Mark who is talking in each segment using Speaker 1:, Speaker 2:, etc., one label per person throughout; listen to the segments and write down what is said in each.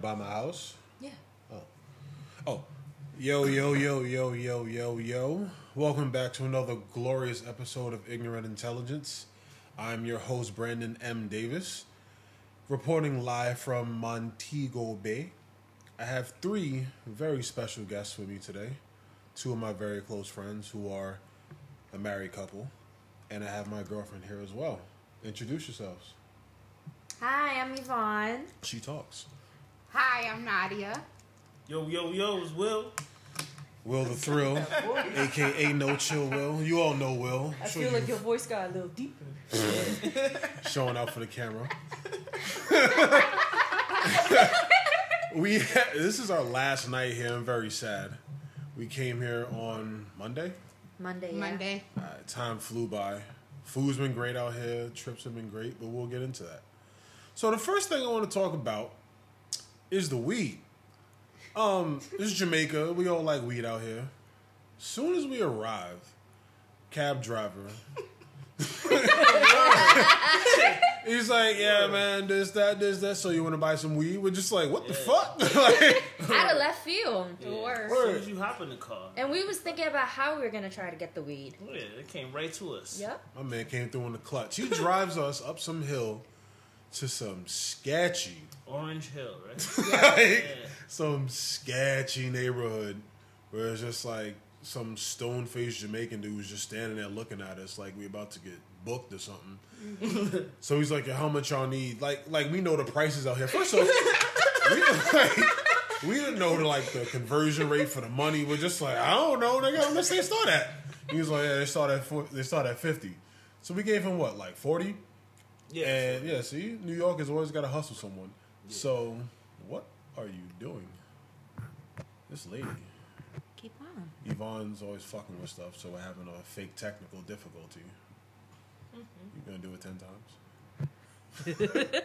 Speaker 1: By my house?
Speaker 2: Yeah.
Speaker 1: Oh. Yo, yo, yo, yo, yo, yo, yo. Welcome back to another glorious episode of Ignorant Intelligence. I'm your host, Brandon M. Davis, reporting live from Montego Bay. I have three very special guests with me today. Two of my very close friends who are a married couple, and I have my girlfriend here as well. Introduce yourselves.
Speaker 2: Hi, I'm Yvonne.
Speaker 1: She talks.
Speaker 2: Hi, I'm Nadia.
Speaker 3: Yo, yo, yo, it's Will.
Speaker 1: Will the Thrill, aka No Chill Will. You all know Will.
Speaker 2: I
Speaker 1: Sure
Speaker 2: feel
Speaker 1: you-
Speaker 2: like your voice got a little deeper.
Speaker 1: showing out for the camera. we ha- this is our last night here. I'm very sad. We came here on Monday.
Speaker 2: Monday. yeah.
Speaker 4: Monday.
Speaker 1: Uh, time flew by. Food's been great out here. Trips have been great, but we'll get into that. So the first thing I want to talk about is the weed. Um, this is Jamaica. We all like weed out here. Soon as we arrive, cab driver. He's like, yeah, man, this, that, this, that. So you want to buy some weed? We're just like, what the fuck? like,
Speaker 2: Out of left field.
Speaker 3: Yeah.
Speaker 4: Word.
Speaker 3: As soon as you hop in the car,
Speaker 2: And we was thinking about how we were gonna try to get the weed.
Speaker 3: yeah, it came right to us.
Speaker 2: Yep.
Speaker 1: My man came through in the clutch. He drives us up some hill to some sketchy,
Speaker 3: Orange Hill, right?
Speaker 1: like,
Speaker 3: Yeah.
Speaker 1: some sketchy neighborhood where it's just like some stone faced Jamaican dude was just standing there looking at us like we about to get booked or something. so he's like, "Yo, "How much y'all need?" Like, like we know the prices out here. First off, we, like, we didn't know the, like the conversion rate for the money. We're just like, I don't know, nigga. Let's say start at. He was like, "Yeah, they start at four, they start at fifty. So we gave him what, like forty?
Speaker 3: yeah.
Speaker 1: And yeah, see, New York has always got to hustle someone. So, what are you doing? This lady,
Speaker 2: Keep on.
Speaker 1: Yvonne's always fucking with stuff, so we're having a fake technical difficulty. You're gonna do it ten times.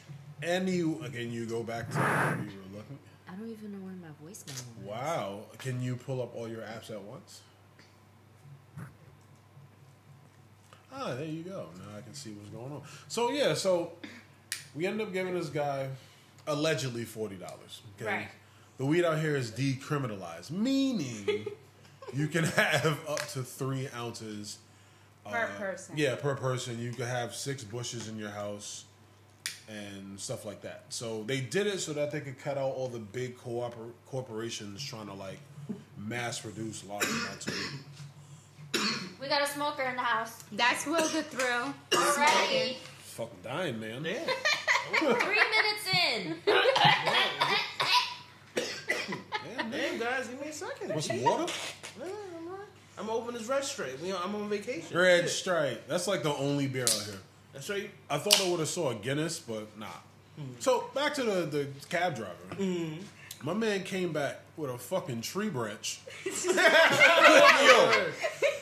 Speaker 1: and you again, you go back to where you were looking.
Speaker 2: I don't even know where my voice went.
Speaker 1: Wow, can you pull up all your apps at once? Ah, there you go. Now I can see what's going on. So yeah, so we ended up giving this guy allegedly forty dollars.
Speaker 4: Right.
Speaker 1: The weed out here is decriminalized, meaning you can have up to three ounces
Speaker 4: Per person.
Speaker 1: Yeah, per person. You could have six bushes in your house and stuff like that. So they did it so that they could cut out all the big cooper- corporations trying to like mass produce large amounts of weed.
Speaker 2: We got a smoker in the house.
Speaker 4: That's Will the Thrill.
Speaker 2: Already.
Speaker 1: Fucking dying, man.
Speaker 3: Yeah.
Speaker 2: Three minutes in.
Speaker 1: Damn, man.
Speaker 3: Damn, guys, give me a second.
Speaker 1: Want some water?
Speaker 3: Nah, I'm not. I'm open this red straight. We, I'm on vacation.
Speaker 1: Red
Speaker 3: Shit.
Speaker 1: Stripe. That's like the only beer out here.
Speaker 3: That's right.
Speaker 1: I thought I would have saw a Guinness, but nah. So back to the, the cab driver. My man came back with a fucking tree branch. yo, that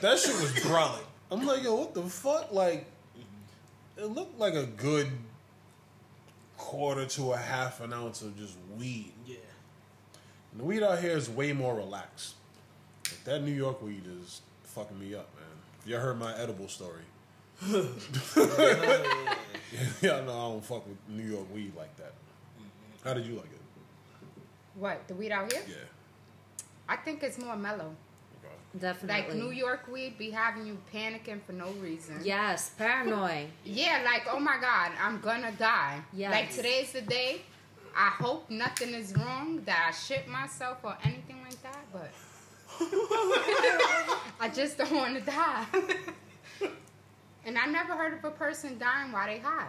Speaker 1: shit was brolic. I'm like, yo, what the fuck? Like, it looked like a good quarter to a half an ounce of just weed.
Speaker 3: Yeah.
Speaker 1: And the weed out here is way more relaxed. But that New York weed is fucking me up, man. Y'all heard my edible story. Y'all know I don't fuck with New York weed like that. How did you like it?
Speaker 4: What, the weed out here?
Speaker 1: Yeah.
Speaker 4: I think it's more mellow.
Speaker 1: Okay.
Speaker 2: Definitely.
Speaker 4: Like New York weed be having you panicking for no reason.
Speaker 2: Yes. Paranoid.
Speaker 4: Yeah, like, oh my God, I'm gonna die.
Speaker 2: Yes.
Speaker 4: Like, today's the day. I hope nothing is wrong, that I shit myself or anything like that, but I just don't wanna die. and I never heard of a person dying while they high.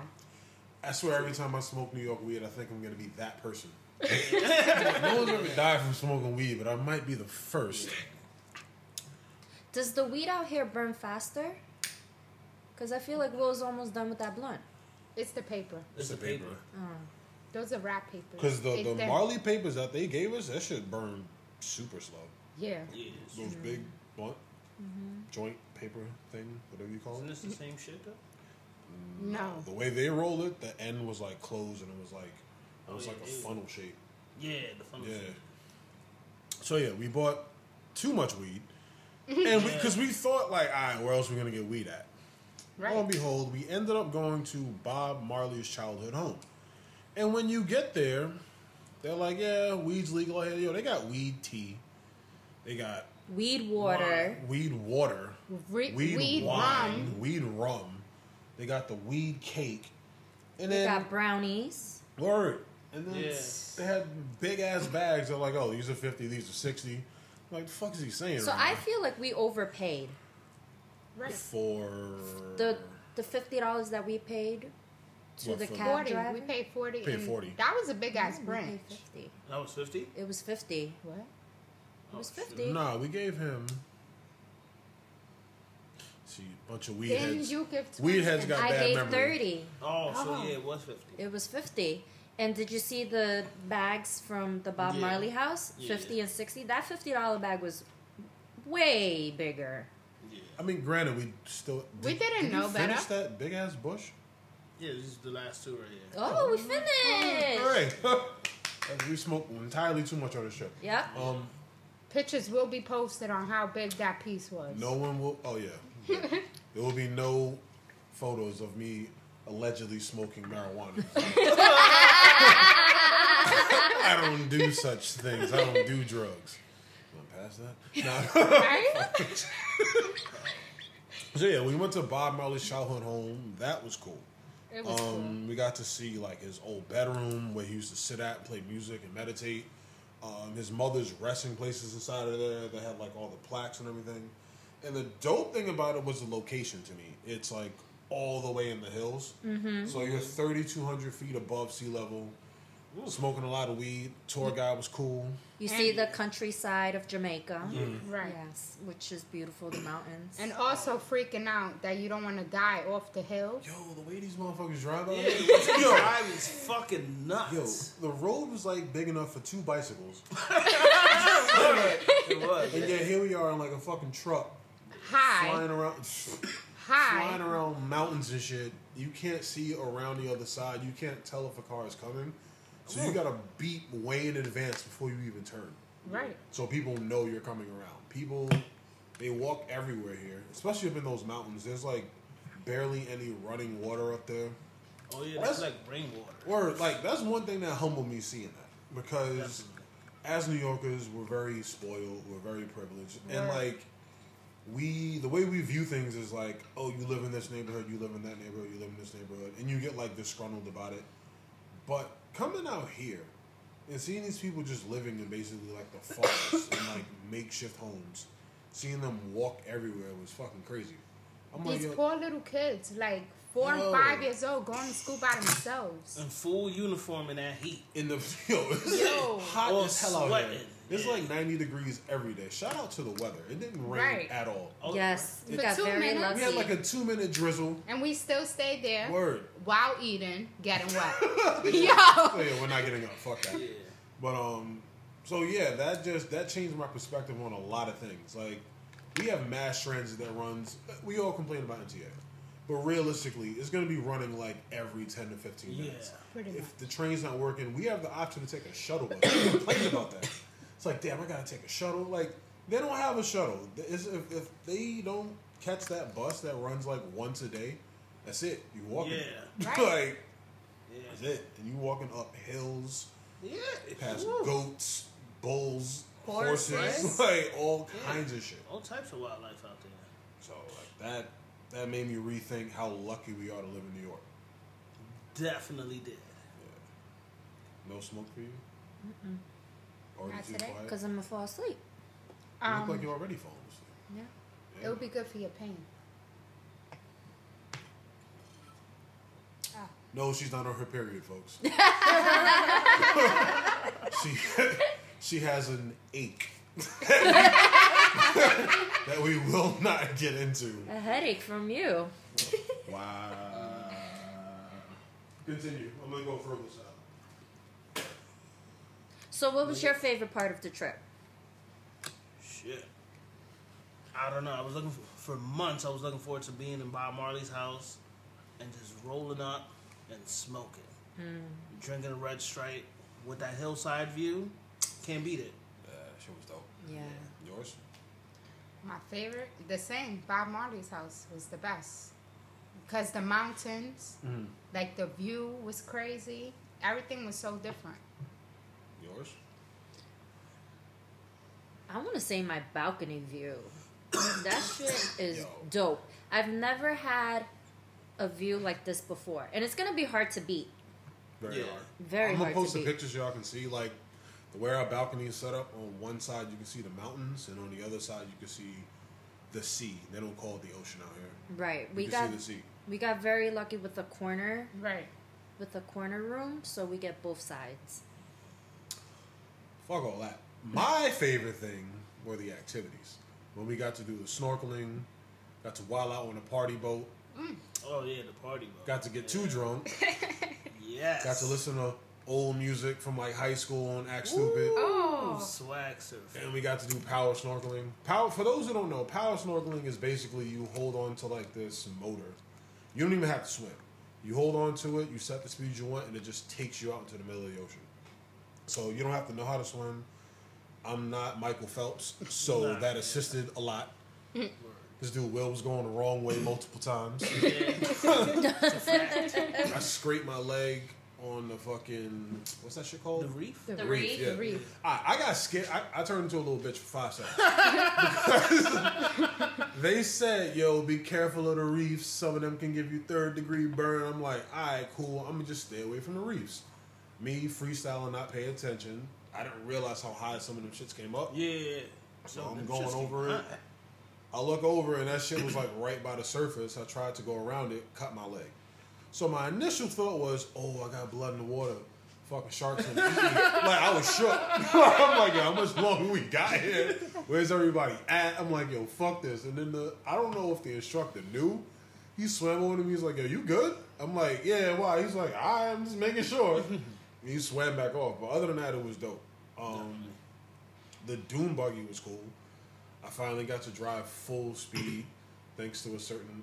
Speaker 1: I swear every time I smoke New York weed, I think I'm gonna be that person. no one's ever died from smoking weed, but I might be the first.
Speaker 2: Does the weed out here burn faster? Cause I feel like Will's almost done with that blunt.
Speaker 4: It's the paper.
Speaker 3: It's a paper.
Speaker 4: Those are wrap papers.
Speaker 1: Because the,
Speaker 4: It's
Speaker 1: the
Speaker 4: them-
Speaker 1: Marley papers that they gave us, that shit burned super slow.
Speaker 4: Yeah.
Speaker 3: Yeah.
Speaker 1: Those big blunt joint paper thing, whatever you call
Speaker 3: Isn't
Speaker 1: it.
Speaker 3: this the same shit though?
Speaker 4: No.
Speaker 1: The way they rolled it, the end was like closed and it was like it was
Speaker 3: Oh,
Speaker 1: like a
Speaker 3: yeah.
Speaker 1: funnel shape.
Speaker 3: Yeah, the funnel.
Speaker 1: Yeah.
Speaker 3: shit.
Speaker 1: So yeah, we bought too much weed, and because we, thought like, all right, where else we gonna get weed at? Lo and
Speaker 4: Right.
Speaker 1: behold, we ended up going to Bob Marley's childhood home. And when you get there, they're like, yeah, weed's legal out here. Yo, they got weed tea. They got
Speaker 2: Weed water.
Speaker 1: weed water,
Speaker 4: Re-
Speaker 1: weed, wine,
Speaker 4: rum.
Speaker 1: weed rum. They got the weed cake. And
Speaker 2: They
Speaker 1: then
Speaker 2: got brownies.
Speaker 1: Word. And then
Speaker 3: Yeah.
Speaker 1: s- they had big ass bags. They're like, oh, these are 50, these are 60. I'm like, the fuck is he saying?
Speaker 2: So I
Speaker 1: right
Speaker 2: feel like we overpaid.
Speaker 1: now?
Speaker 4: Right.
Speaker 1: For.
Speaker 2: The the fifty dollars that we paid to
Speaker 1: What,
Speaker 2: the
Speaker 1: for-
Speaker 2: cab
Speaker 4: Forty.
Speaker 2: driver.
Speaker 4: We paid forty.
Speaker 1: Paid
Speaker 4: and
Speaker 1: 40.
Speaker 4: That was a big ass
Speaker 2: We paid
Speaker 4: branch.
Speaker 2: 50.
Speaker 3: That was fifty.
Speaker 2: It was fifty.
Speaker 4: What?
Speaker 2: It was
Speaker 3: Oh, shit.
Speaker 2: fifty.
Speaker 1: Nah, we gave him. See, a bunch of weed
Speaker 4: Didn't
Speaker 1: heads.
Speaker 4: you give? 20?
Speaker 1: Weed heads got
Speaker 2: I
Speaker 1: bad
Speaker 2: gave
Speaker 1: memory.
Speaker 2: thirty.
Speaker 3: Oh,
Speaker 4: Oh.
Speaker 3: so yeah, it was fifty.
Speaker 2: It was fifty. And did you see the bags from the Bob
Speaker 3: Yeah.
Speaker 2: Marley house?
Speaker 3: Yeah.
Speaker 2: Fifty and sixty. That fifty dollar bag was way bigger.
Speaker 3: Yeah,
Speaker 1: I mean, granted, we still.
Speaker 4: We didn't
Speaker 1: we
Speaker 4: know better.
Speaker 1: finish that big ass bush?
Speaker 3: yeah. This is the last two right here.
Speaker 2: Oh, we finished.
Speaker 1: All right. we smoked entirely too much on this trip.
Speaker 2: Yep.
Speaker 1: Um,
Speaker 4: Pictures will be posted on how big that piece was.
Speaker 1: No one will. Oh yeah, there will be no photos of me allegedly smoking marijuana. I don't do such things. I don't do drugs. Going past that. No.
Speaker 4: Right?
Speaker 1: so yeah, we went to Bob Marley's childhood home. That was cool.
Speaker 4: It was cool.
Speaker 1: Um, we got to see like his old bedroom where he used to sit at, and play music, and meditate. Um, his mother's resting places inside of there that had like all the plaques and everything. And the dope thing about it was the location to me. It's like all the way in the hills, so you're 3,200 feet above sea level. Smoking a lot of weed. Tour guide was cool.
Speaker 2: You see the countryside of Jamaica.
Speaker 1: Mm.
Speaker 4: Right.
Speaker 1: Um,
Speaker 2: Yes, which is beautiful. The mountains.
Speaker 4: And also freaking out that you don't want to die off the hill.
Speaker 1: Yo, the way these mototherfuckers drive out.
Speaker 3: Yeah,
Speaker 1: here-
Speaker 3: the drive is fucking
Speaker 1: Yo,
Speaker 3: nuts.
Speaker 1: the road was like big enough for two bicycles,
Speaker 3: It was.
Speaker 1: and
Speaker 3: yeah.
Speaker 1: yet here we are in like a fucking truck
Speaker 4: High.
Speaker 1: flying around. flying
Speaker 4: High.
Speaker 1: around mountains and shit. You can't see around the other side. You can't tell if a car is coming. So you gotta beat way in advance before you even turn.
Speaker 4: Right.
Speaker 1: So people know you're coming around. People they walk everywhere here. Especially up in those mountains. There's like barely any running water up there.
Speaker 3: Oh yeah,
Speaker 1: That's-
Speaker 3: that's like rainwater.
Speaker 1: Or like that's one thing that humbled me seeing that. Because as New Yorkers, we're very spoiled, we're very privileged. And
Speaker 4: Right.
Speaker 1: like we the way we view things is like, oh, you live in this neighborhood, you live in that neighborhood, you live in this neighborhood, and you get like disgruntled about it. But coming out here and seeing these people just living in basically like the forest and like makeshift homes, seeing them walk everywhere was fucking crazy. I'm like,
Speaker 4: These
Speaker 1: yo-
Speaker 4: poor little kids, like four
Speaker 1: Yo. Uh-huh.
Speaker 4: and five years old, going to school by themselves.
Speaker 3: In full uniform in that heat.
Speaker 1: in the field. It's
Speaker 4: Yo.
Speaker 1: hot
Speaker 3: All
Speaker 1: as hell out here.
Speaker 3: sweating.
Speaker 1: It's
Speaker 3: Yeah.
Speaker 1: like 90 degrees every day. Shout out to the weather. It didn't rain
Speaker 4: Right.
Speaker 1: at all.
Speaker 3: Oh,
Speaker 2: yes, we
Speaker 4: For
Speaker 2: got
Speaker 4: two
Speaker 2: very
Speaker 4: minutes?
Speaker 2: lucky.
Speaker 1: We had like a two minute drizzle.
Speaker 4: And we still stay there
Speaker 1: Word.
Speaker 4: while eating, getting wet. Yo.
Speaker 1: Oh, yeah, we're not getting up. Fuck that.
Speaker 3: Yeah.
Speaker 1: But um, so yeah, that just that changed my perspective on a lot of things. Like we have mass transit that runs. We all complain about MTA, but realistically, it's going to be running like every ten to fifteen
Speaker 3: Yeah.
Speaker 1: minutes.
Speaker 4: Pretty much.
Speaker 1: If the train's not working, we have the option to take a shuttle bus. We complain about that. It's like, damn, I gotta take a shuttle. Like they don't have a shuttle. It's, if, if they don't catch that bus that runs like once a day, that's it. You walking.
Speaker 3: Yeah.
Speaker 4: Right.
Speaker 1: like that's
Speaker 3: Yeah.
Speaker 1: it. And you walking up hills
Speaker 3: Yeah.
Speaker 1: past
Speaker 3: Woo.
Speaker 1: goats, bulls, horses,
Speaker 4: Horses.
Speaker 1: like all kinds of shit.
Speaker 3: All types of wildlife out there.
Speaker 1: So like that that made me rethink how lucky we are to live in New York.
Speaker 3: Definitely did.
Speaker 1: No smoke for you. Mm-mm. Or
Speaker 4: Not
Speaker 1: did you
Speaker 4: today,
Speaker 1: quiet?
Speaker 2: Because I'm gonna fall asleep.
Speaker 1: You
Speaker 4: Um,
Speaker 1: look like you're already falling asleep.
Speaker 4: yeah.
Speaker 1: Yeah.
Speaker 4: It would be good for your pain.
Speaker 1: No, she's not on her period, folks. she she has an ache that we will not get into.
Speaker 2: A headache from you.
Speaker 1: Wow. Continue. I'm gonna go further south.
Speaker 2: So, what was your favorite part of the trip?
Speaker 3: Shit. I don't know. I was looking for, for months. I was looking forward to being in Bob Marley's house and just rolling up and smoking, drinking a red stripe with that hillside view. Can't beat it.
Speaker 1: Uh, she was dope.
Speaker 2: Yeah.
Speaker 1: Yours?
Speaker 4: My favorite, the same. Bob Marley's house was
Speaker 1: Mm-hmm.
Speaker 4: the best because the mountains, like the view was crazy. Everything was so different.
Speaker 1: Yours?
Speaker 2: I want to say my balcony view. that shit is
Speaker 1: Yo.
Speaker 2: dope. I've never had a view like this before, and it's gonna be hard to beat.
Speaker 1: Very
Speaker 3: Yeah.
Speaker 1: hard. I'm
Speaker 2: Very
Speaker 1: gonna
Speaker 2: hard to
Speaker 1: post the
Speaker 2: beat.
Speaker 1: pictures so y'all can see like the way our balcony is set up. On one side you can see the mountains, and on the other side you can see the sea. They don't call it the ocean out here.
Speaker 2: Right.
Speaker 1: You
Speaker 2: We
Speaker 1: can
Speaker 2: got
Speaker 1: see the sea.
Speaker 2: we got very lucky with the corner
Speaker 4: Right.
Speaker 2: with the corner room, so we get both sides.
Speaker 1: Fuck all that. My favorite thing were the activities. When we got to do the snorkeling, got to wild out on a party boat,
Speaker 3: Oh yeah, the party. Bro.
Speaker 1: got to get too
Speaker 3: Yeah.
Speaker 1: drunk,
Speaker 3: Yes.
Speaker 1: got to listen to old music from like high school and act stupid.
Speaker 3: Ooh,
Speaker 4: Oh.
Speaker 3: swag surf.
Speaker 1: And we got to do power snorkeling. Power for those who don't know, power snorkeling is basically you hold on to like this motor. You don't even have to swim. You hold on to it, you set the speed you want, and it just takes you out into the middle of the ocean. So you don't have to know how to swim. I'm not Michael Phelps, so
Speaker 3: Nah,
Speaker 1: that
Speaker 3: yeah.
Speaker 1: assisted a lot. This dude Will was going the wrong way multiple times.
Speaker 3: Yeah. It's a fact.
Speaker 1: I scraped my leg on the fucking what's that shit called?
Speaker 3: The reef.
Speaker 2: The
Speaker 1: reef,
Speaker 2: reef,
Speaker 1: yeah.
Speaker 2: the reef.
Speaker 1: I, I got scared. I, I turned into a little bitch for five seconds. they said, yo, be careful of the reefs. Some of them can give you third degree burn. I'm like, all right, cool. I'm going to just stay away from the reefs. Me freestyling, not paying attention. I didn't realize how high some of them shits came up.
Speaker 3: Yeah.
Speaker 1: So
Speaker 3: No,
Speaker 1: I'm
Speaker 3: them
Speaker 1: going
Speaker 3: shits keep
Speaker 1: over it.
Speaker 3: high.
Speaker 1: I look over and that shit was like right by the surface. I tried to go around it, cut my leg. So my initial thought was, oh, I got blood in the water. Fucking sharks gonna eat me. Like I was shook. I'm like, yo, how much longer we got here? Where's everybody at? I'm like, yo, fuck this. And then the I don't know if the instructor knew. He swam over to me. He's like, yo, you good? I'm like, yeah. Why? He's like, "All right, I'm just making sure. And he swam back off. But other than that, it was dope. Um, the Doom buggy was cool. I finally got to drive full speed thanks to a certain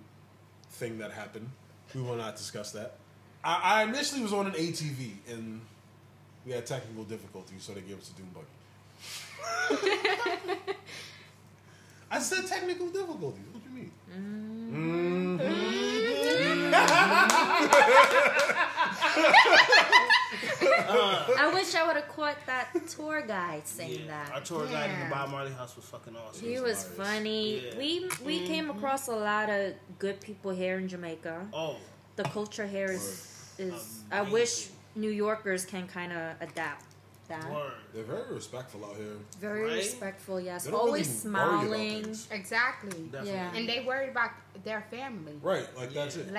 Speaker 1: thing that happened. We will not discuss that. I, I initially was on an ATV and we had technical difficulties, so they gave us a Doom buggy. I said technical difficulties. What do you mean?
Speaker 2: I wish I would have caught that tour guide saying
Speaker 3: Yeah.
Speaker 2: that.
Speaker 3: Our tour guide in
Speaker 2: Damn.
Speaker 3: the Bob Marley house was fucking awesome.
Speaker 2: He was funny.
Speaker 3: Yeah.
Speaker 2: We we came across a lot of good people here in Jamaica.
Speaker 3: Oh,
Speaker 2: The culture here is
Speaker 1: Um,
Speaker 2: is. I wish
Speaker 3: Amazing.
Speaker 2: New Yorkers can kind of adapt that.
Speaker 3: word.
Speaker 1: They're very respectful out here.
Speaker 2: Very
Speaker 3: Right?
Speaker 2: respectful, yes.
Speaker 1: They don't
Speaker 2: Always
Speaker 1: really worry about
Speaker 2: smiling.
Speaker 1: things.
Speaker 4: Exactly.
Speaker 3: Definitely.
Speaker 2: Yeah.
Speaker 4: And they worried about their family.
Speaker 1: Right, like that's it.
Speaker 4: Like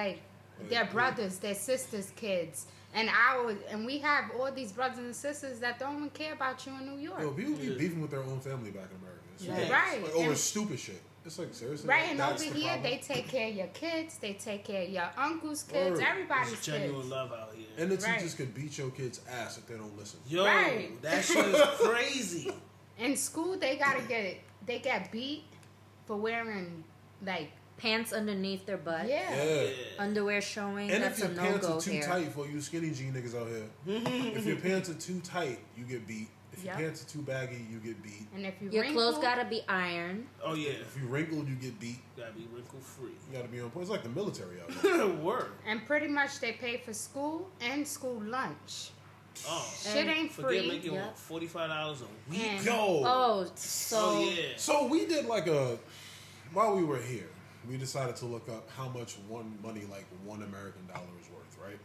Speaker 1: Like,
Speaker 4: their
Speaker 1: yeah.
Speaker 4: brothers, their sisters, kids. And our and we have all these brothers and sisters that don't even care about you in New York.
Speaker 1: Yo, people be
Speaker 3: Yeah.
Speaker 1: beefing with their own family back in America. It's
Speaker 3: Yeah.
Speaker 1: ridiculous.
Speaker 4: Right.
Speaker 1: Like, over
Speaker 4: And-
Speaker 1: stupid shit. It's like seriously.
Speaker 4: Right, and
Speaker 1: that's
Speaker 4: over
Speaker 1: the
Speaker 4: here
Speaker 1: problem?
Speaker 4: they take care of your kids, they take care of your uncle's kids,
Speaker 1: Word.
Speaker 4: everybody's
Speaker 3: It's genuine
Speaker 4: kids.
Speaker 3: love out here.
Speaker 1: And the
Speaker 4: Right.
Speaker 1: teachers could beat your kid's ass if they don't listen.
Speaker 3: Yo,
Speaker 4: Right.
Speaker 3: that shit is crazy.
Speaker 4: In school, they gotta get they get beat for wearing like
Speaker 2: Pants underneath their butt.
Speaker 4: yeah.
Speaker 1: Yeah.
Speaker 2: Underwear showing.
Speaker 1: And if
Speaker 2: that's
Speaker 1: your
Speaker 2: a no
Speaker 1: pants
Speaker 2: go
Speaker 1: are too
Speaker 2: here.
Speaker 1: tight for you skinny jean niggas out here, if your pants are too tight, you get beat. If
Speaker 4: Yep.
Speaker 1: your pants are too baggy, you get beat.
Speaker 4: And if you
Speaker 2: Your clothes
Speaker 4: wrinkled-
Speaker 2: gotta be ironed.
Speaker 3: Oh yeah,
Speaker 1: If you wrinkled, you get beat.
Speaker 3: gotta be wrinkle free.
Speaker 1: You gotta be on point. It's like the military out here.
Speaker 3: Word.
Speaker 4: and pretty much they pay for school and school lunch.
Speaker 3: Oh,
Speaker 4: Shit ain't
Speaker 3: forget
Speaker 4: free.
Speaker 3: making
Speaker 2: yeah.
Speaker 3: what forty five dollars a week.
Speaker 4: And-
Speaker 1: Yo!
Speaker 2: Oh, so
Speaker 3: Oh yeah.
Speaker 1: So we did like a while we were here, we decided to look up how much one money like one American dollar is worth, right?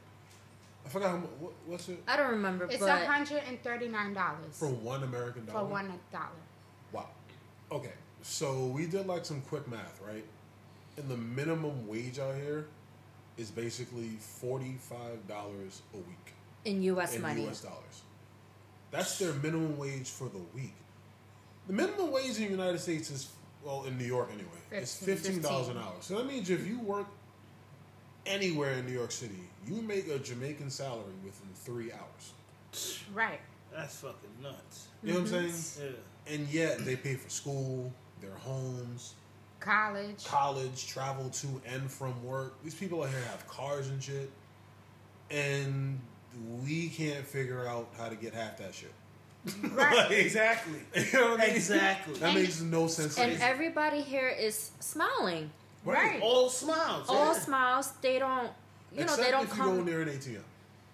Speaker 1: I forgot how much. What, what's it
Speaker 2: I don't remember,
Speaker 4: It's
Speaker 2: but
Speaker 4: hundred and thirty nine dollars
Speaker 1: for one American dollar?
Speaker 4: for one dollar.
Speaker 1: Wow. Okay, so we did like some quick math, right? And the minimum wage out here is basically forty-five dollars a week
Speaker 2: in U.S.
Speaker 1: in
Speaker 2: money.
Speaker 1: U.S. dollars. That's their minimum wage for the week. The minimum wage in the United States is well in New York anyway. It's
Speaker 4: Fifteen.
Speaker 1: fifteen dollars an hour. So that means if you work anywhere in New York City, you make a Jamaican salary within three hours.
Speaker 4: Right.
Speaker 3: That's fucking nuts.
Speaker 1: You know
Speaker 4: Mm-hmm.
Speaker 1: what I'm saying?
Speaker 3: Yeah.
Speaker 1: And yet they pay for school, their homes,
Speaker 4: College.
Speaker 1: college, travel to and from work. These people out here have cars and shit, and we can't figure out how to get half that shit.
Speaker 4: Right.
Speaker 1: exactly. You know what I mean?
Speaker 3: Exactly.
Speaker 1: That makes no sense. to
Speaker 2: And
Speaker 1: me.
Speaker 2: everybody here is smiling.
Speaker 4: Right.
Speaker 3: All smiles.
Speaker 2: All
Speaker 3: yeah.
Speaker 2: smiles. They don't. You know,
Speaker 1: Except
Speaker 2: they don't
Speaker 1: if
Speaker 2: come.
Speaker 1: you go near an ATM.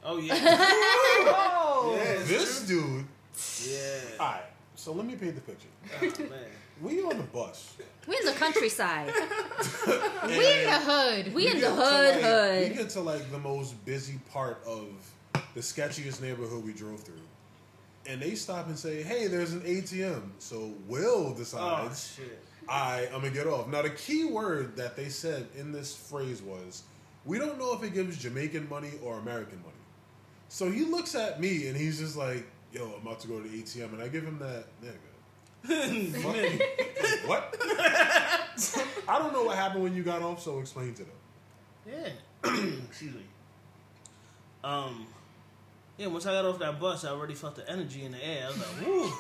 Speaker 3: Oh yeah.
Speaker 4: Oh.
Speaker 3: yeah, it's
Speaker 1: This Ah. dude.
Speaker 3: true. yeah.
Speaker 1: All right. So let me paint the picture.
Speaker 3: Oh, man.
Speaker 1: We on the bus.
Speaker 2: We in the countryside.
Speaker 4: We in the hood.
Speaker 2: We in the
Speaker 1: get to,
Speaker 2: hood,
Speaker 1: like- We
Speaker 2: hood.
Speaker 1: get to like the most busy part of the sketchiest neighborhood we drove through, and they stop and say, "Hey, there's an ATM." So Will
Speaker 3: Oh
Speaker 1: decides,
Speaker 3: shit.
Speaker 1: "I am gonna get off." Now the key word that they said in this phrase was, "We don't know if it gives Jamaican money or American money." So he looks at me and he's just like, "Yo, I'm about to go to the ATM," and I give him that nigga.
Speaker 3: Man.
Speaker 1: What? I don't know what happened when you got off, so explain to them.
Speaker 3: Yeah. Excuse me. Um. Yeah, once I got off that bus, I already felt the energy in the air. I was like, woo.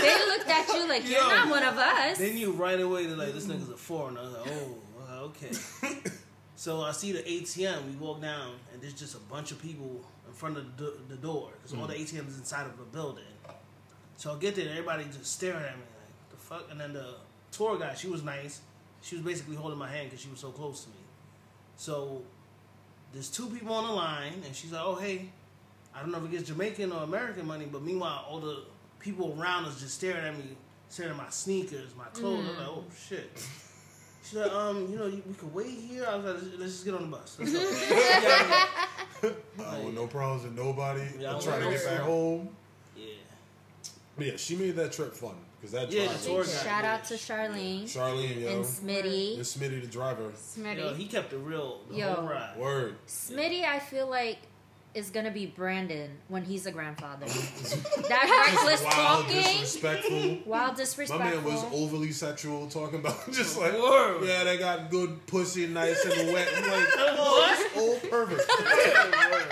Speaker 2: They looked at you like you're
Speaker 3: Yo.
Speaker 2: not one of us.
Speaker 3: They knew right away that like this nigga's a foreigner. I was like, oh, uh, okay. so I see the ATM. We walk down, and there's just a bunch of people in front of the, do- the door because all the ATMs inside of a building. So I get there, and everybody just staring at me like the fuck. And then the tour guide, she was nice. She was basically holding my hand because she was so close to me. So there's two people on the line, and she's like, oh hey, I don't know if it gets Jamaican or American money, but meanwhile, all the people around us just staring at me, staring at my sneakers, my clothes. I'm like, oh shit. She's like, um, you know, you- we could wait here. I was like, let's- let's just get on the bus. Let's go. yeah, yeah.
Speaker 1: I want no problems with nobody.
Speaker 3: Yeah, I
Speaker 1: I'm
Speaker 3: don't
Speaker 1: trying to
Speaker 3: want
Speaker 1: get
Speaker 3: no
Speaker 1: back
Speaker 3: smoke.
Speaker 1: home.
Speaker 3: yeah.
Speaker 1: But yeah, she made that trip fun because that
Speaker 3: Yeah,
Speaker 1: driver,
Speaker 3: the tour guy.
Speaker 2: Shout out to Charlene
Speaker 1: Charlene, yo,
Speaker 2: and
Speaker 1: and
Speaker 2: Smitty.
Speaker 1: Smitty the driver.
Speaker 3: Yo,
Speaker 4: Smitty.
Speaker 3: he kept it real the
Speaker 2: Yo.
Speaker 3: whole ride.
Speaker 1: Word.
Speaker 2: Smitty, I feel like is gonna be Brandon when he's a grandfather. that reckless
Speaker 1: Wild,
Speaker 2: talking,
Speaker 1: disrespectful.
Speaker 2: wild
Speaker 1: My
Speaker 2: disrespectful.
Speaker 1: man was overly sexual, talking about just like,
Speaker 3: Word.
Speaker 1: yeah, they got good pussy, nice and wet. I'm like,
Speaker 3: What?
Speaker 1: this old pervert.
Speaker 3: Word.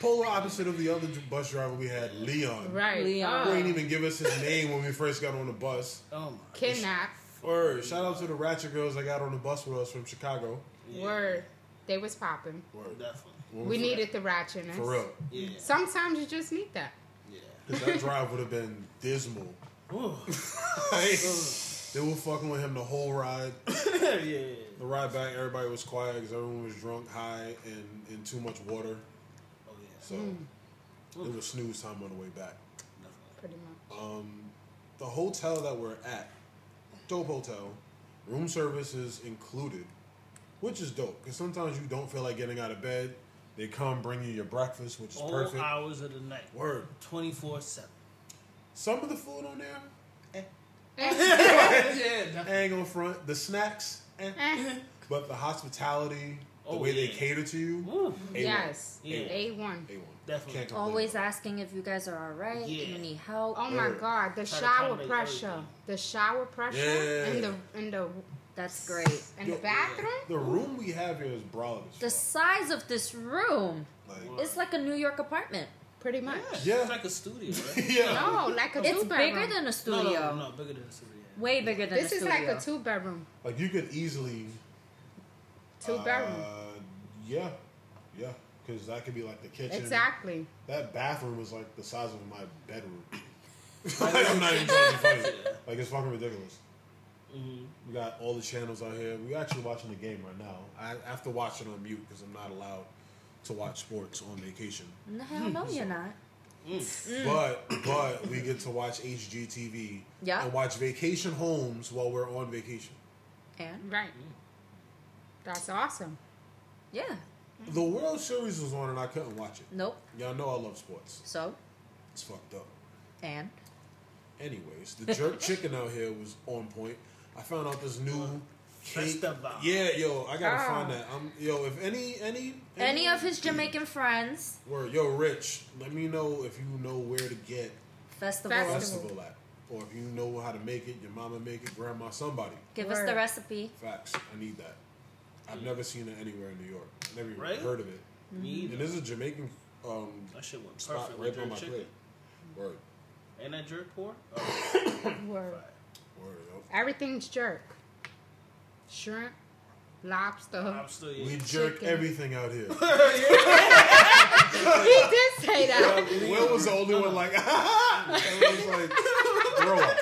Speaker 1: Polar opposite of the other bus driver we had, Leon.
Speaker 4: Right.
Speaker 2: Leon.
Speaker 1: He
Speaker 4: Oh.
Speaker 1: didn't even give us his name when we first got on the bus.
Speaker 3: Oh my.
Speaker 4: Kidnap.
Speaker 1: Word. Shout out to the Ratchet girls that got on the bus with us from Chicago.
Speaker 3: Yeah.
Speaker 4: Word. They was popping.
Speaker 1: Word.
Speaker 3: Definitely.
Speaker 4: We needed the ratchetness.
Speaker 1: For real.
Speaker 3: Yeah.
Speaker 4: Sometimes you just need that.
Speaker 3: Yeah.
Speaker 1: Because that drive would have been dismal.
Speaker 3: Ooh.
Speaker 1: Like, they were fucking with him the whole ride.
Speaker 3: yeah. yeah.
Speaker 1: The ride back, everybody was quiet because everyone was drunk, high, and in too much water.
Speaker 3: Oh yeah.
Speaker 1: So
Speaker 2: Mm.
Speaker 1: it was snooze time on the way back.
Speaker 3: Definitely.
Speaker 4: Pretty much.
Speaker 1: The hotel that we're at, dope hotel, room service is included, which is dope because sometimes you don't feel like getting out of bed. They come bring you your breakfast, which is
Speaker 3: All
Speaker 1: perfect.
Speaker 3: hours of the night.
Speaker 1: Word.
Speaker 3: Twenty four seven.
Speaker 1: Some of the food on there,
Speaker 3: Yeah. definitely.
Speaker 1: I ain't gonna front. The snacks, eh.
Speaker 4: Eh.
Speaker 1: but the hospitality, the
Speaker 3: Oh,
Speaker 1: way they
Speaker 3: yeah.
Speaker 1: cater to you,
Speaker 3: Ooh.
Speaker 1: A1.
Speaker 4: Yes.
Speaker 3: Yeah.
Speaker 4: A one.
Speaker 1: A1.
Speaker 3: Definitely.
Speaker 1: Can't complain
Speaker 2: Always
Speaker 1: about
Speaker 2: asking if you guys are alright,
Speaker 3: Yeah.
Speaker 2: you need help.
Speaker 4: Oh my
Speaker 1: Word.
Speaker 4: God! The
Speaker 3: Try to
Speaker 4: shower
Speaker 3: accommodate
Speaker 4: pressure,
Speaker 3: everything.
Speaker 4: the shower pressure,
Speaker 1: Yeah.
Speaker 4: in the in the
Speaker 2: That's great.
Speaker 4: in the
Speaker 1: Yo,
Speaker 4: bathroom.
Speaker 1: it. The room we have here is broad
Speaker 2: The
Speaker 1: as
Speaker 2: size of this room,
Speaker 1: fuck. Like,
Speaker 2: it's like a New York apartment.
Speaker 4: Pretty much.
Speaker 1: Yeah.
Speaker 3: It's like a studio, right?
Speaker 1: yeah.
Speaker 4: No, like a
Speaker 2: It's
Speaker 4: two
Speaker 2: bigger
Speaker 4: bedroom.
Speaker 2: than a
Speaker 3: No,
Speaker 2: studio.
Speaker 3: no, no, no, bigger than a studio.
Speaker 2: Way bigger than
Speaker 4: this
Speaker 2: a
Speaker 4: is
Speaker 2: studio.
Speaker 4: like a two bedroom.
Speaker 1: Like you could easily.
Speaker 4: Two bedroom.
Speaker 1: Uh, yeah. Yeah. Because that could be like the kitchen.
Speaker 4: Exactly.
Speaker 1: That bathroom was like the size of my bedroom. like, I'm not even trying to be funny. Like it's fucking ridiculous.
Speaker 3: Mhm.
Speaker 1: We got all the channels out here. We're actually watching the game right now. I I have to watch it on mute because I'm not allowed to watch sports on vacation.
Speaker 2: No, hell no, you're not.
Speaker 1: But but we get to watch HGTV
Speaker 2: Yeah.
Speaker 1: and watch Vacation Homes while we're on vacation.
Speaker 2: And
Speaker 4: Right. That's awesome.
Speaker 2: yeah,
Speaker 1: The World Series was on and I couldn't watch it.
Speaker 2: nope.
Speaker 1: Y'all know I love sports.
Speaker 2: So
Speaker 1: It's fucked up.
Speaker 2: and
Speaker 1: Anyways, the jerk chicken out here was on point. I found out this new cake.
Speaker 3: Festival.
Speaker 1: Yeah, yo, I gotta
Speaker 4: Ah.
Speaker 1: find that. I'm yo, if any any
Speaker 2: any of his Jamaican friends
Speaker 1: were yo rich, let me know if you know where to get
Speaker 2: festival,
Speaker 4: Festival.
Speaker 1: festival at, or if you know how to make it. Your mama make it, grandma, somebody.
Speaker 2: give us the
Speaker 4: Word.
Speaker 2: recipe.
Speaker 1: Facts. I need that.
Speaker 3: Mm.
Speaker 1: I've never seen it anywhere in New York. I never even
Speaker 3: Right?
Speaker 1: heard of it.
Speaker 3: Me either.
Speaker 1: And this is Jamaican um,
Speaker 3: That shit went
Speaker 1: spot
Speaker 3: perfect
Speaker 1: right
Speaker 3: with
Speaker 1: on
Speaker 3: jerk
Speaker 1: my
Speaker 3: chicken.
Speaker 1: plate. Word,
Speaker 3: Ain't that jerk pork? Oh,
Speaker 4: Word.
Speaker 1: word. yo.
Speaker 4: Everything's jerk. Shrimp, lobster.
Speaker 3: I'm still
Speaker 1: We
Speaker 3: yeah.
Speaker 1: jerk
Speaker 4: Chicken.
Speaker 1: everything out here.
Speaker 4: he did say that.
Speaker 1: Will was the only one like, and Will was like, grow up,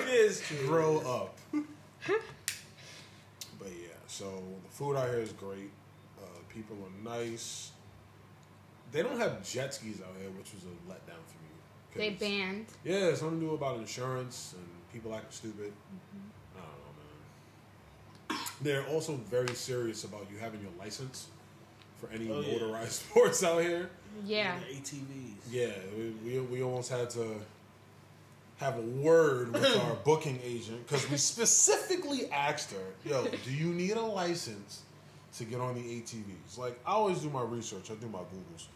Speaker 3: it is true.
Speaker 1: grow up. But yeah, so the food out here is great. Uh, People are nice. They don't have jet skis out here, which was a letdown for me. 'cause-
Speaker 4: They banned.
Speaker 1: Yeah, something new about insurance and people acting stupid. I don't know, man. They're also very serious about you having your license for any
Speaker 3: Oh, yeah.
Speaker 1: motorized sports out here.
Speaker 4: Yeah.
Speaker 3: The ATVs.
Speaker 1: Yeah, we, we, we almost had to have a word with our booking agent because we specifically asked her, yo, do you need a license to get on the ATVs? Like, I always do my research, I do my Googles.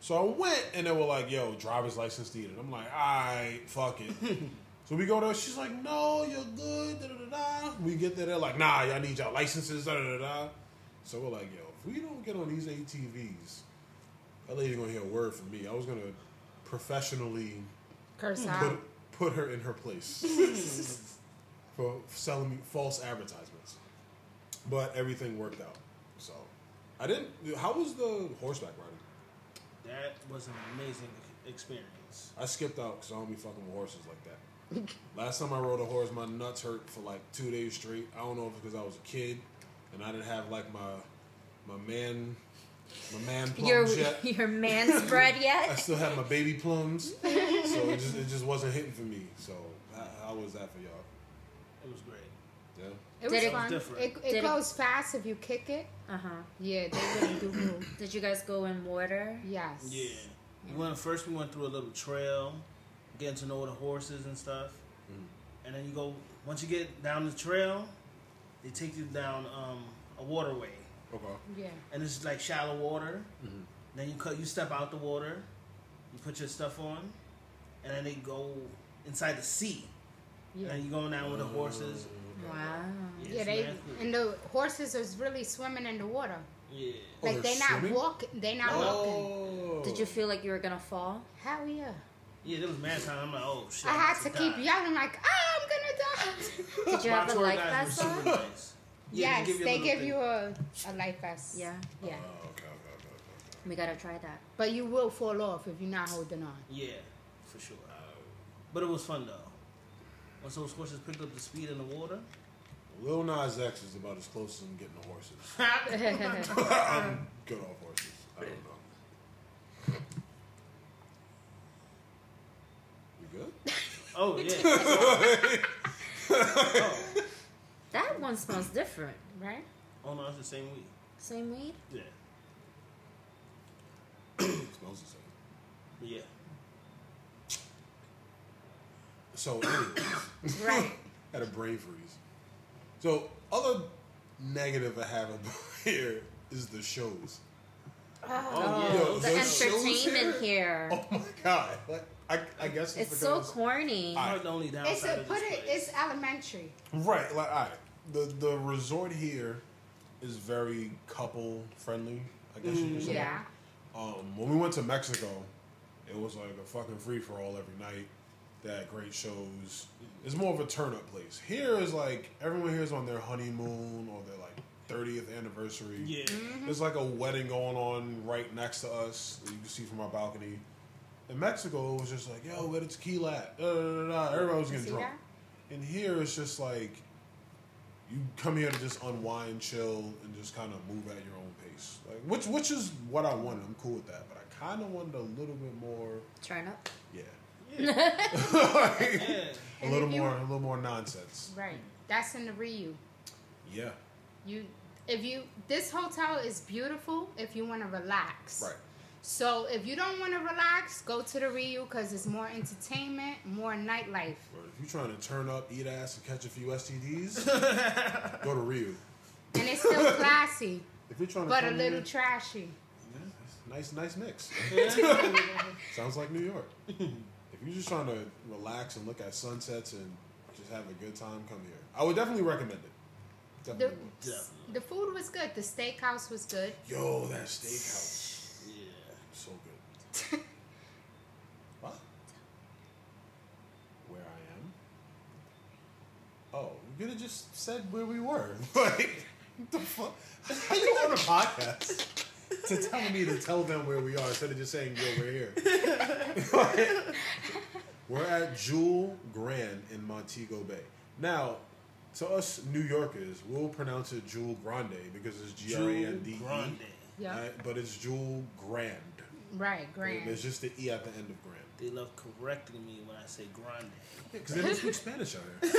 Speaker 1: So I went and they were like, yo, driver's license needed. I'm like, all right, fuck it. so we go there, she's like, no, you're good, da da da da. We get there, they're like, nah, y'all need y'all licenses, da da da da. So we're like, yo, if we don't get on these ATVs, that lady gonna hear a word from me. I was gonna professionally
Speaker 4: Curse
Speaker 1: put,
Speaker 4: out.
Speaker 1: put her in her place for selling me false advertisements. But everything worked out. So I didn't. How was the horseback riding?
Speaker 3: That was an amazing experience.
Speaker 1: I skipped out because I don't be fucking with horses like that. Last time I rode a horse, my nuts hurt for like two days straight. I don't know if it's because I was a kid and I didn't have like my my man my man plums
Speaker 2: Your
Speaker 1: yet.
Speaker 2: your man spread
Speaker 1: I
Speaker 2: yet?
Speaker 1: still had my baby plums, so it just, it just wasn't hitting for me. So how, how was that for y'all?
Speaker 3: It was great.
Speaker 1: Yeah.
Speaker 4: It
Speaker 2: Did
Speaker 4: was
Speaker 2: it-
Speaker 4: fun.
Speaker 3: Different.
Speaker 4: It,
Speaker 2: Did
Speaker 4: it
Speaker 2: it-
Speaker 4: goes fast if you kick it.
Speaker 2: Uh huh.
Speaker 4: Yeah, they really do move.
Speaker 2: Did you guys go in water?
Speaker 4: Yes.
Speaker 3: Yeah. We went first. We went through a little trail, getting to know the horses and stuff.
Speaker 1: Mm-hmm.
Speaker 3: And then you go once you get down the trail, they take you down um, a waterway,
Speaker 1: Okay.
Speaker 4: Yeah.
Speaker 3: and it's like shallow water. Then you cut. You step out the water, you put your stuff on, and then they go inside the sea.
Speaker 4: Yeah.
Speaker 3: And then you going down with the horses.
Speaker 2: Wow.
Speaker 3: Yeah,
Speaker 4: Yeah,
Speaker 3: it's
Speaker 4: they
Speaker 3: mad cool.
Speaker 4: and the horses is really swimming in the water.
Speaker 3: yeah.
Speaker 1: Oh,
Speaker 4: Like
Speaker 1: they're
Speaker 4: they not
Speaker 1: swimming?
Speaker 4: walking. They not walking.
Speaker 1: Oh.
Speaker 2: Did you feel like you were gonna fall?
Speaker 4: Hell yeah!
Speaker 3: Yeah, there was mad time. I'm like, oh shit.
Speaker 4: I had to
Speaker 3: about
Speaker 4: keep
Speaker 3: die.
Speaker 4: yelling like, oh, I'm gonna die.
Speaker 2: Did you
Speaker 3: My
Speaker 2: have a
Speaker 3: tour
Speaker 2: life
Speaker 3: guides
Speaker 2: vest
Speaker 3: were
Speaker 2: on?
Speaker 3: super nice. Yeah,
Speaker 4: yes,
Speaker 3: a
Speaker 4: they
Speaker 3: little
Speaker 4: give
Speaker 3: thing.
Speaker 4: you a, a life vest.
Speaker 2: Yeah,
Speaker 1: Oh,
Speaker 4: yeah.
Speaker 1: okay, okay, okay, okay.
Speaker 2: we gotta try that.
Speaker 4: But you will fall off if you're not holding on.
Speaker 3: Yeah, for sure. But it was fun though. Once those horses picked up the speed in the water,
Speaker 1: Lil Nas X is about as close as I'm getting to horses.
Speaker 3: Oh,
Speaker 1: I'm good off horses. I don't know. You good?
Speaker 3: oh yeah,
Speaker 2: That one smells different, right?
Speaker 3: oh no, it's the same week.
Speaker 2: Same weed.
Speaker 3: Yeah,
Speaker 1: smells the same.
Speaker 3: but yeah.
Speaker 1: So, anyways.
Speaker 2: Right.
Speaker 1: at a brain freeze. So other negative I have about here is the shows.
Speaker 3: Oh,
Speaker 1: Yo,
Speaker 2: Oh, the
Speaker 1: those shows
Speaker 2: entertainment here.
Speaker 1: Oh my god! Like I, I guess it's,
Speaker 2: it's so
Speaker 1: because-
Speaker 2: corny.
Speaker 1: I-
Speaker 3: Not the only downside.
Speaker 4: It's a,
Speaker 3: of
Speaker 4: put
Speaker 3: this
Speaker 4: it.
Speaker 3: place.
Speaker 4: It's elementary.
Speaker 1: Right, like all right. The the resort here is very couple friendly. I guess you could
Speaker 2: Mm,
Speaker 1: say.
Speaker 4: Yeah.
Speaker 1: Um, when we went to Mexico, it was like a fucking free for all every night. They had great shows. It's more of a turn up place. Here is like everyone here is on their honeymoon or their like thirtieth anniversary.
Speaker 3: yeah.
Speaker 4: Mm-hmm.
Speaker 1: There's like a wedding going on right next to us. that You can see from our balcony. In Mexico, it was just like, yo, where the tequila at? Da, da, da, da. Everybody was getting
Speaker 4: See
Speaker 1: drunk. And here, it's just like, you come here to just unwind, chill, and just kind of move at your own pace. Like, which which is what I wanted. I'm cool with that. But I kind of wanted a little bit more,
Speaker 2: Turn up.
Speaker 1: yeah,
Speaker 3: yeah.
Speaker 1: a
Speaker 4: And
Speaker 1: little
Speaker 4: if you-
Speaker 1: more, a little more nonsense.
Speaker 4: Right. That's in the Ryu.
Speaker 1: Yeah,
Speaker 4: You, if you, this hotel is beautiful if you want to relax.
Speaker 1: right.
Speaker 4: So if you don't want to relax, go to the Ryu because it's more entertainment, more nightlife.
Speaker 1: But if you're trying to turn up, eat ass, and catch a few STDs, go to Rio.
Speaker 4: And it's still classy,
Speaker 1: If you're trying to,
Speaker 4: but a
Speaker 1: come
Speaker 4: little
Speaker 1: here-
Speaker 4: trashy.
Speaker 1: Nice, nice mix.
Speaker 3: Yeah.
Speaker 1: Sounds like New York. if you're just trying to relax and look at sunsets and just have a good time, come here. I would definitely recommend it.
Speaker 4: The,
Speaker 1: Definitely.
Speaker 3: Definitely.
Speaker 4: the food was good. The steakhouse was good.
Speaker 1: Yo, that steakhouse,
Speaker 3: yeah.
Speaker 1: so good. what? Where I am? Oh, you could have just said where we were. Like, the fuck? How you on a podcast to tell me to tell them where we are instead of just saying, yo, we're here? We're at Jewel Grand in Montego Bay. Now, to us New Yorkers, we'll pronounce it Jewel Grande because it's G R A N D E.
Speaker 3: Grande.
Speaker 4: Yeah.
Speaker 1: right? But it's Jewel Grand.
Speaker 4: Right, grand.
Speaker 1: There's just the E at the end of Grand.
Speaker 3: They love correcting me when I say grande.
Speaker 1: Because they don't speak Spanish out here.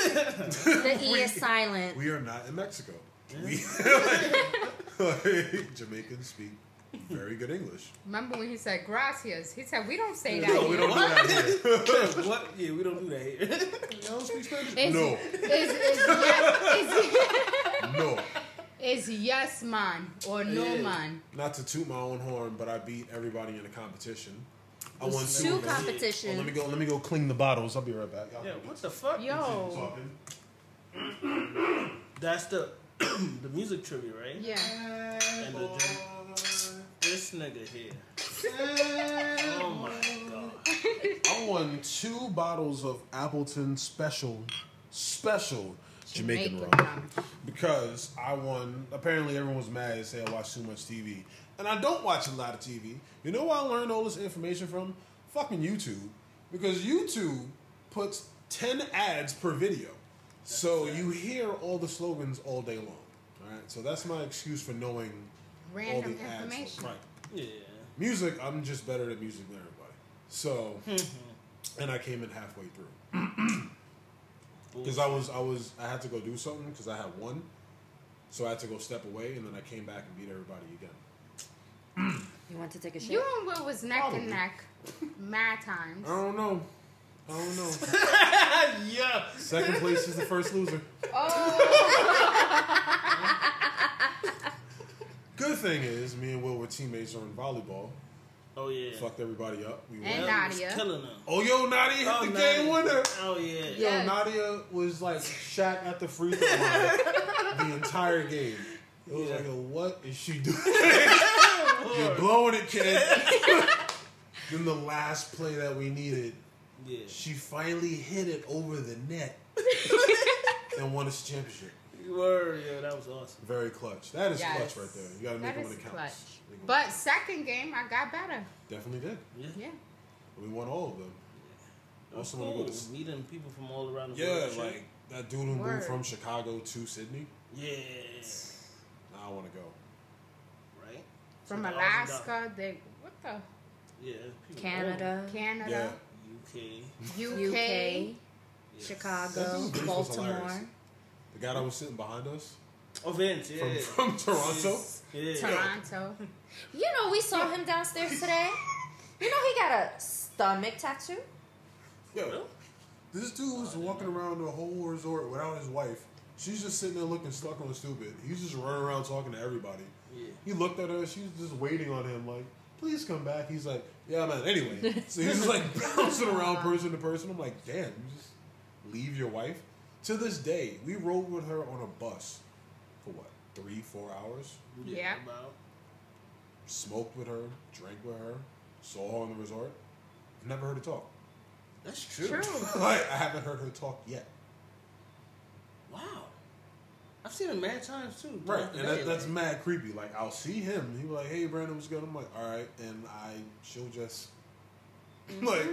Speaker 2: The E is silent.
Speaker 1: We are not in Mexico. We, Jamaicans speak very good English.
Speaker 4: Remember when he said gracias? He said we don't say that.
Speaker 1: No, we
Speaker 4: here."
Speaker 1: don't do that here.
Speaker 3: what? Yeah, we don't do that here.
Speaker 1: They don't speak Spanish.
Speaker 4: Is-
Speaker 1: No,
Speaker 4: Is, is, yes,
Speaker 1: no.
Speaker 4: is, is yes man or no
Speaker 3: Yeah.
Speaker 4: man?
Speaker 1: Not to toot my own horn, but I beat everybody in the competition. I won
Speaker 3: Two
Speaker 1: two.
Speaker 2: Two
Speaker 1: of them. Oh, let me
Speaker 2: competition.
Speaker 1: go. Let me go clean the bottles. I'll be right back. Y'all
Speaker 3: Yeah,
Speaker 1: can
Speaker 3: what the fuck?
Speaker 1: continue
Speaker 4: Yo.
Speaker 1: talking.
Speaker 3: That's the the music trivia, right?
Speaker 4: Yeah.
Speaker 3: And the This nigga here. Oh my god.
Speaker 1: I won two bottles of Appleton special, special Jamaican, rum.
Speaker 4: rum.
Speaker 1: because I won. Apparently, everyone was mad and said I watch too much TV, and I don't watch a lot of TV. You know where I learned all this information from? Fucking YouTube, because YouTube puts ten ads per video, so you hear all the slogans all day long. All right, so that's my excuse for knowing
Speaker 4: Random
Speaker 1: all the ads.
Speaker 4: information.
Speaker 1: Right,
Speaker 3: Yeah.
Speaker 1: music. I'm just better at music than everybody. So, and I came in halfway through. Because I was, I was, I had to go do something because I had one, so I had to go step away, and then I came back and beat everybody again.
Speaker 2: You want to take a shit?
Speaker 4: You and Will was neck
Speaker 1: Probably. Uh-huh.
Speaker 4: and neck, mad times.
Speaker 1: I don't know, I don't know.
Speaker 3: yeah.
Speaker 1: Second place is the first loser.
Speaker 4: Oh,
Speaker 1: Good thing is, me and Will were teammates during volleyball.
Speaker 3: Oh yeah.
Speaker 1: Fucked everybody up. We won.
Speaker 4: And
Speaker 3: That
Speaker 4: Nadia.
Speaker 3: was killing them.
Speaker 1: oh yo, Nadia hit the game
Speaker 3: Nadia.
Speaker 1: winner.
Speaker 3: Oh yeah.
Speaker 1: Yo,
Speaker 4: Yes.
Speaker 1: Nadia was like Shaq at the free throw line the entire game. It was
Speaker 3: Yeah.
Speaker 1: like, yo, what is she doing?
Speaker 3: Oh,
Speaker 1: You're blowing it, kid. then the last play that we needed,
Speaker 3: Yeah.
Speaker 1: she finally hit it over the net and won us the championship.
Speaker 3: You were, yo, that was awesome.
Speaker 1: Very clutch. That is
Speaker 4: Yes.
Speaker 1: clutch right there. You gotta make
Speaker 4: that
Speaker 1: it
Speaker 4: is
Speaker 1: when it counts.
Speaker 4: clutch.
Speaker 1: Make it when-
Speaker 4: But second game, I got better.
Speaker 1: definitely did.
Speaker 3: Yeah.
Speaker 4: Yeah.
Speaker 1: We won all of them.
Speaker 3: It was
Speaker 1: Also wanna go
Speaker 3: cool.
Speaker 1: to-
Speaker 3: Oh, meeting people from all around the
Speaker 1: Yeah,
Speaker 3: world. shit.
Speaker 1: like that dude who
Speaker 4: Word.
Speaker 1: moved from Chicago to Sydney.
Speaker 3: Yeah.
Speaker 1: Now I want to go.
Speaker 3: Right?
Speaker 4: From
Speaker 3: $2,000.
Speaker 4: Alaska, they what the
Speaker 3: Yeah. people
Speaker 2: Canada,
Speaker 4: Canada,
Speaker 1: Yeah.
Speaker 3: all over. UK.
Speaker 4: UK.
Speaker 2: UK,
Speaker 3: Yes.
Speaker 1: That
Speaker 2: Chicago,
Speaker 1: dude's business was hilarious.
Speaker 2: Baltimore.
Speaker 1: The guy that was sitting behind us
Speaker 3: Oh, Vince, yeah.
Speaker 1: from, from Toronto.
Speaker 3: yeah.
Speaker 4: Toronto.
Speaker 2: You know, we saw him downstairs today. You know, he got a stomach tattoo.
Speaker 1: Yo,
Speaker 3: Really?
Speaker 1: this dude was walking around the whole resort without his wife. She's just sitting there looking stuck on stupid. He's just running around talking to everybody.
Speaker 3: Yeah.
Speaker 1: He looked at her. She was just waiting on him, like, please come back. He's like, yeah, man. Anyway, so he's just like bouncing around person to person. I'm like, damn, you just leave your wife. To this day, we rode with her on a bus for what three, four hours.
Speaker 4: Yeah.
Speaker 3: About.
Speaker 1: Smoked with her, drank with her, saw her on the resort. Never heard her talk.
Speaker 3: That's true.
Speaker 4: True.
Speaker 1: like, I haven't heard her talk yet.
Speaker 3: Wow. I've seen him mad times too.
Speaker 1: Right,
Speaker 3: throughout the
Speaker 1: and
Speaker 3: day,
Speaker 1: that, that's
Speaker 3: like-
Speaker 1: mad creepy. Like, I'll see him, he be like, "Hey, Brandon, what's good?" I'm like, "All right," and I, she'll just
Speaker 4: Mm-hmm.
Speaker 1: like,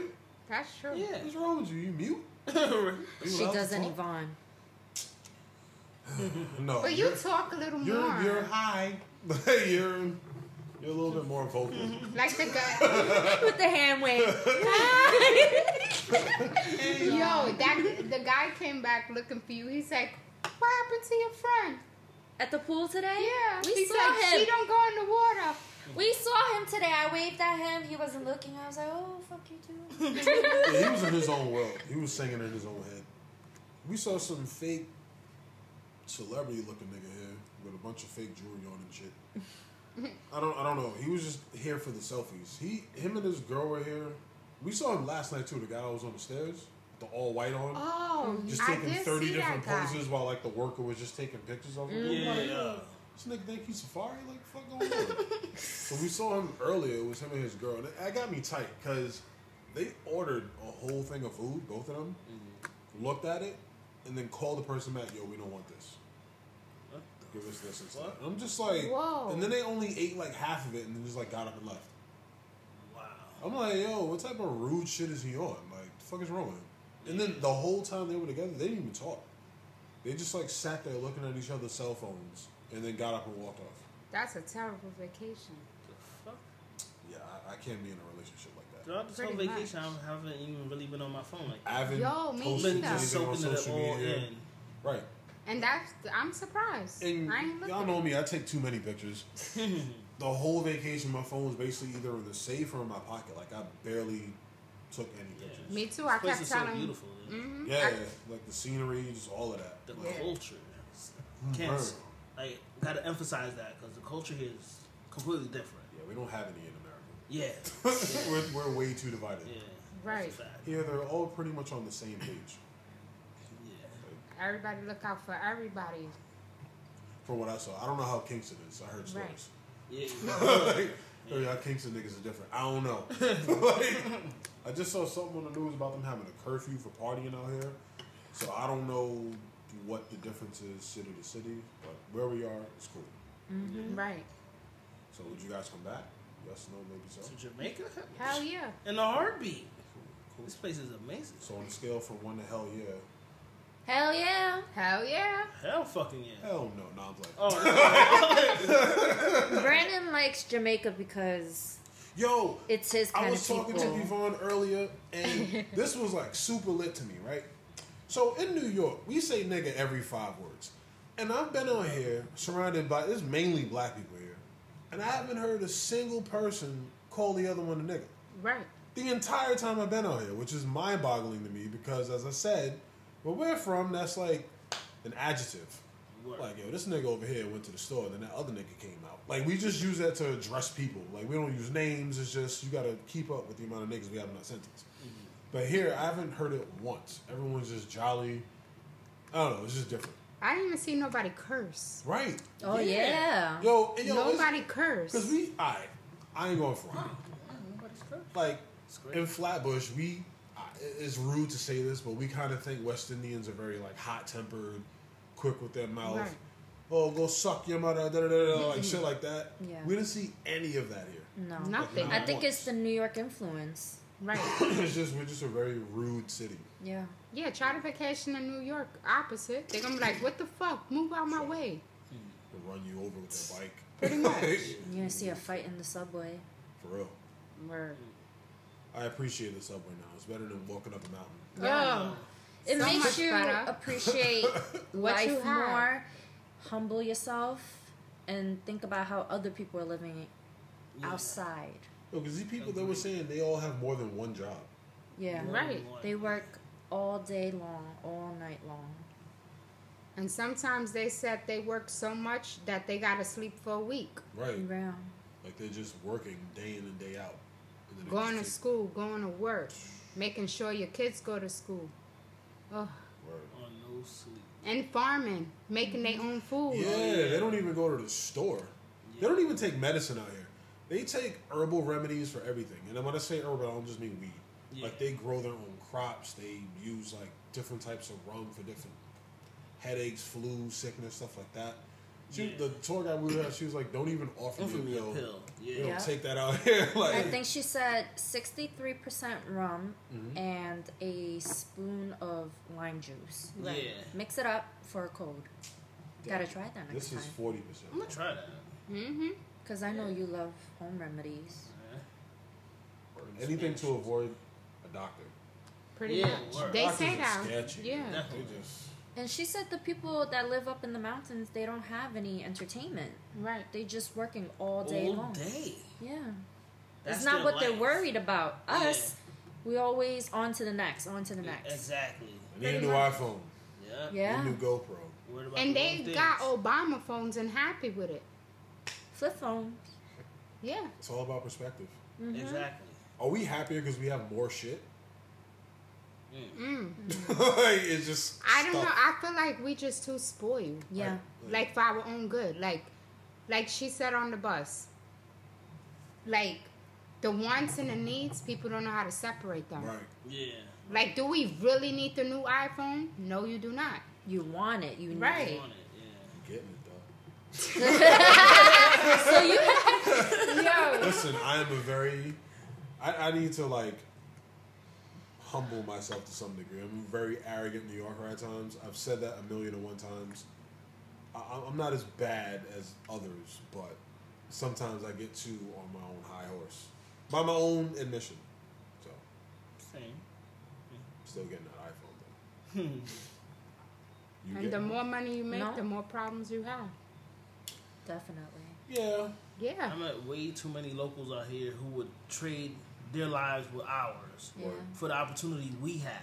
Speaker 4: That's true.
Speaker 3: Yeah.
Speaker 1: "What's wrong with you? You mute?" You
Speaker 2: She
Speaker 1: allowed to
Speaker 2: doesn't,
Speaker 1: talk?"
Speaker 2: Yvonne.
Speaker 1: No,
Speaker 4: But you
Speaker 1: you're
Speaker 4: talk a little more.
Speaker 1: you're, you're high. you're you're a little bit more vocal.
Speaker 4: like the guy.
Speaker 2: With the hand wave.
Speaker 4: Mm-hmm. Yo, that the guy came back looking for you. He's like, "What happened to your friend?"
Speaker 2: At the pool today?
Speaker 4: Yeah,
Speaker 2: We
Speaker 4: he's
Speaker 2: saw
Speaker 4: like,
Speaker 2: him.
Speaker 4: "She don't go in the water."
Speaker 2: We saw him today. I waved at him. He wasn't looking. I was like, oh, fuck you too.
Speaker 1: Yeah, he was in his own world. He was singing in his own head. We saw some fake celebrity looking nigga here with a bunch of fake jewelry on and shit. I don't I don't know. He was just here for the selfies. He him and his girl were here. We saw him last night too, the guy that was on the stairs, the all white on.
Speaker 4: Oh,
Speaker 1: just
Speaker 4: I
Speaker 1: taking
Speaker 4: did
Speaker 1: thirty
Speaker 4: see
Speaker 1: different
Speaker 4: that guy.
Speaker 1: poses while like the worker was just taking pictures of him. I'm like,
Speaker 3: Yeah.
Speaker 1: this nigga think he's safari? Like, fuck going on? so we saw him earlier. It was him and his girl. And that got me tight because they ordered a whole thing of food, both of them,
Speaker 3: Mm-hmm.
Speaker 1: looked at it, and then called the person back, yo, we don't want this.
Speaker 3: What
Speaker 1: Give us this instead.
Speaker 3: What?
Speaker 1: And I'm just like,
Speaker 4: Whoa.
Speaker 1: and then they only ate like half of it and then just like got up and left.
Speaker 3: Wow.
Speaker 1: I'm like, yo, what type of rude shit is he on? Like, the fuck is wrong with him? And then the whole time they were together, they didn't even talk. They just like sat there looking at each other's cell phones and then got up and walked off.
Speaker 4: That's a terrible vacation.
Speaker 3: The fuck?
Speaker 1: Yeah, I, I can't be in a relationship like that.
Speaker 3: Throughout this whole
Speaker 4: Pretty
Speaker 3: vacation,
Speaker 4: much.
Speaker 3: I haven't even really been on my phone like that.
Speaker 1: I haven't
Speaker 4: Yo,
Speaker 1: posted
Speaker 4: me
Speaker 3: Been
Speaker 4: either.
Speaker 1: anything
Speaker 3: just
Speaker 1: on
Speaker 3: soaking it
Speaker 1: social
Speaker 3: all
Speaker 1: media.
Speaker 3: in.
Speaker 1: Right.
Speaker 4: And that's I'm surprised.
Speaker 1: And
Speaker 4: I ain't
Speaker 1: y'all
Speaker 4: looking.
Speaker 1: know me, I take too many pictures. the whole vacation, my phone was basically either in the safe or in my pocket. Like, I barely took any
Speaker 3: Yeah.
Speaker 1: pictures.
Speaker 4: Me too.
Speaker 3: This
Speaker 4: I
Speaker 3: place
Speaker 4: kept
Speaker 3: is so
Speaker 4: telling.
Speaker 3: beautiful. yeah.
Speaker 4: Mhm.
Speaker 1: Yeah,
Speaker 4: I-
Speaker 1: like the scenery, just all of that.
Speaker 3: The
Speaker 1: Like,
Speaker 3: culture.
Speaker 1: mm,
Speaker 3: Can't,
Speaker 1: burn.
Speaker 3: like, gotta emphasize that because the culture here is completely different.
Speaker 1: Yeah, we don't have any in America.
Speaker 3: Yeah.
Speaker 1: we're, we're way too divided.
Speaker 3: Yeah.
Speaker 4: Right.
Speaker 3: That's a fact.
Speaker 1: Yeah, they're all pretty much on the same page
Speaker 3: Yeah.
Speaker 4: Everybody look out for everybody.
Speaker 1: from what I saw. I don't know how Kingston is. I heard stories.
Speaker 3: Yeah.
Speaker 1: Like, oh, y'all Kingston niggas are different. I don't know. Like, I just saw something on the news about them having a curfew for partying out here. So I don't know what the difference is city to city, but where we are, it's cool.
Speaker 2: Mm-hmm.
Speaker 4: Right.
Speaker 1: So would you guys come back? Yes, no, maybe so.
Speaker 3: To Jamaica?
Speaker 4: Hell yeah.
Speaker 3: In a heartbeat.
Speaker 1: Cool.
Speaker 3: This place is amazing.
Speaker 1: So on a scale from one to hell yeah,
Speaker 2: Hell yeah.
Speaker 4: Hell yeah.
Speaker 3: Hell fucking yeah.
Speaker 1: hell no, no, I'm like,
Speaker 3: Oh, that's right.
Speaker 2: Brandon likes Jamaica because
Speaker 1: yo,
Speaker 2: it's his kind
Speaker 1: I
Speaker 2: of
Speaker 1: was
Speaker 2: people.
Speaker 1: talking to Yvonne earlier, and this was like super lit to me, right? So in New York, we say nigga every five words. And I've been out here surrounded by, it's mainly black people here, and I haven't heard a single person call the other one a nigga.
Speaker 4: Right.
Speaker 1: The entire time I've been out here, which is mind boggling to me because, as I said, where we're from, that's like an adjective.
Speaker 3: Word.
Speaker 1: Like, yo, this nigga over here went to the store, and then that other nigga came out. Like, we just use that to address people. Like, we don't use names. It's just you got to keep up with the amount of niggas we have in that sentence. But here, I haven't heard it once. Everyone's just jolly. I don't know. It's just different,
Speaker 4: I didn't even see nobody curse.
Speaker 1: right?
Speaker 2: Oh yeah.
Speaker 1: Yo, and yo,
Speaker 4: nobody curse.
Speaker 1: Because we, I, I ain't going for it.
Speaker 3: Nobody's crazy.
Speaker 1: Like,
Speaker 3: It's great.
Speaker 1: in Flatbush, we. I- It's rude to say this, but we kind of think West Indians are very like hot tempered, quick with their mouth.
Speaker 4: Right.
Speaker 1: Oh, go suck your mother, da da da da, like shit like that.
Speaker 2: Yeah.
Speaker 1: We didn't see any of that here.
Speaker 2: No.
Speaker 4: Nothing.
Speaker 2: I think it's the New York influence.
Speaker 4: right.
Speaker 1: it's just we're just a very rude city.
Speaker 2: Yeah.
Speaker 4: Yeah, try to vacation in New York. Opposite. They're gonna be like, what the fuck? Move out my way.
Speaker 1: They run you over with their bike.
Speaker 4: Pretty much.
Speaker 2: You're gonna see a fight in the subway.
Speaker 1: For real.
Speaker 4: Word.
Speaker 1: I appreciate the subway now. It's better than walking up a mountain.
Speaker 4: Yeah.
Speaker 2: It
Speaker 4: So
Speaker 2: makes
Speaker 4: much
Speaker 2: you
Speaker 4: better.
Speaker 2: appreciate life
Speaker 4: you have.
Speaker 2: more, humble yourself, and think about how other people are living
Speaker 3: Yeah.
Speaker 2: outside.
Speaker 1: Yo, because these people that were saying they all have more than one job.
Speaker 2: Yeah.
Speaker 3: More
Speaker 4: Right.
Speaker 3: than one.
Speaker 2: They work all day long, all night long.
Speaker 4: And sometimes they said they work so much that they gotta sleep for a week.
Speaker 1: Right.
Speaker 2: Around.
Speaker 1: Like they're just working day in and day out. And then they
Speaker 4: Going to
Speaker 1: just
Speaker 4: school, going to work, making sure your kids go to school. Ugh.
Speaker 1: keep- Word.
Speaker 3: On Oh, no sleep.
Speaker 4: And farming, making their own food.
Speaker 1: Yeah, they don't even go to the store. They don't even take medicine out here. They take herbal remedies for everything. And then when I say herbal, I don't just mean weed.
Speaker 3: Yeah.
Speaker 1: Like they grow their own crops. They use like different types of rum for different headaches, flu, sickness, stuff like that. She,
Speaker 3: Yeah.
Speaker 1: The tour guide we were at, she was like, "Don't even offer
Speaker 3: Offer
Speaker 1: me a pill.
Speaker 3: Yeah.
Speaker 1: You don't
Speaker 2: Yeah.
Speaker 1: take that out here." like,
Speaker 2: I think she said 63% rum and a spoon of lime juice.
Speaker 3: Yeah.
Speaker 2: Mix it up for a cold. Gotta try that next
Speaker 1: this
Speaker 2: time.
Speaker 1: is forty percent.
Speaker 3: I'm gonna try that.
Speaker 4: Mm-hmm.
Speaker 2: Because I know you love home remedies.
Speaker 1: Anything to avoid a doctor.
Speaker 4: Pretty
Speaker 3: Yeah,
Speaker 4: much.
Speaker 3: word.
Speaker 4: They
Speaker 1: Doctors
Speaker 4: say
Speaker 1: are
Speaker 4: that.
Speaker 1: sketchy.
Speaker 4: Yeah.
Speaker 1: They
Speaker 3: Definitely.
Speaker 1: just
Speaker 2: And she said the people that live up in the mountains, they don't have any entertainment.
Speaker 4: Right.
Speaker 2: They just working all day
Speaker 3: All
Speaker 2: long.
Speaker 3: day.
Speaker 2: Yeah.
Speaker 3: That's
Speaker 2: it's not
Speaker 3: their
Speaker 2: what they're
Speaker 3: life.
Speaker 2: worried about. Us, we always on to the next, on to the next.
Speaker 3: Exactly.
Speaker 1: I need a
Speaker 2: Pretty
Speaker 1: new
Speaker 2: much.
Speaker 1: iPhone.
Speaker 3: Yeah.
Speaker 1: Need a
Speaker 2: Yeah.
Speaker 1: new GoPro.
Speaker 3: Worried about
Speaker 4: And
Speaker 3: the
Speaker 4: they
Speaker 3: wrong things.
Speaker 4: got Obama phones and happy with it.
Speaker 2: Flip phone.
Speaker 4: Yeah.
Speaker 1: It's all about perspective.
Speaker 3: Exactly.
Speaker 1: Are we happier because we have more shit?
Speaker 4: Mm.
Speaker 1: like, it's just.
Speaker 4: I don't
Speaker 1: stuff.
Speaker 4: know. I feel like we just too spoiled.
Speaker 2: Yeah.
Speaker 4: Like for our own good. Like like she said on the bus. Like the wants and the needs, people don't know how to separate them.
Speaker 1: Right.
Speaker 3: Yeah.
Speaker 4: Like, do we really need the new iPhone? No, you do not.
Speaker 2: You want it. You need
Speaker 4: Right.
Speaker 3: They
Speaker 2: it.
Speaker 3: want it. Yeah.
Speaker 1: I'm getting it though.
Speaker 2: So you
Speaker 4: Yo.
Speaker 1: Listen, I am a very. I, I need to like humble myself to some degree. I'm a very arrogant New Yorker at times. I've said that a million and one times. I, I'm not as bad as others, but sometimes I get too on my own high horse, by my own admission. So,
Speaker 3: Same.
Speaker 1: still getting that iPhone though.
Speaker 4: And Hmm. the
Speaker 1: getting-
Speaker 4: more money you make,
Speaker 2: No.
Speaker 4: the more problems you have.
Speaker 2: Definitely.
Speaker 1: Yeah.
Speaker 4: Yeah.
Speaker 3: I met way too many locals out here who would trade their lives with ours
Speaker 2: Yeah.
Speaker 1: Word.
Speaker 3: for the opportunity we have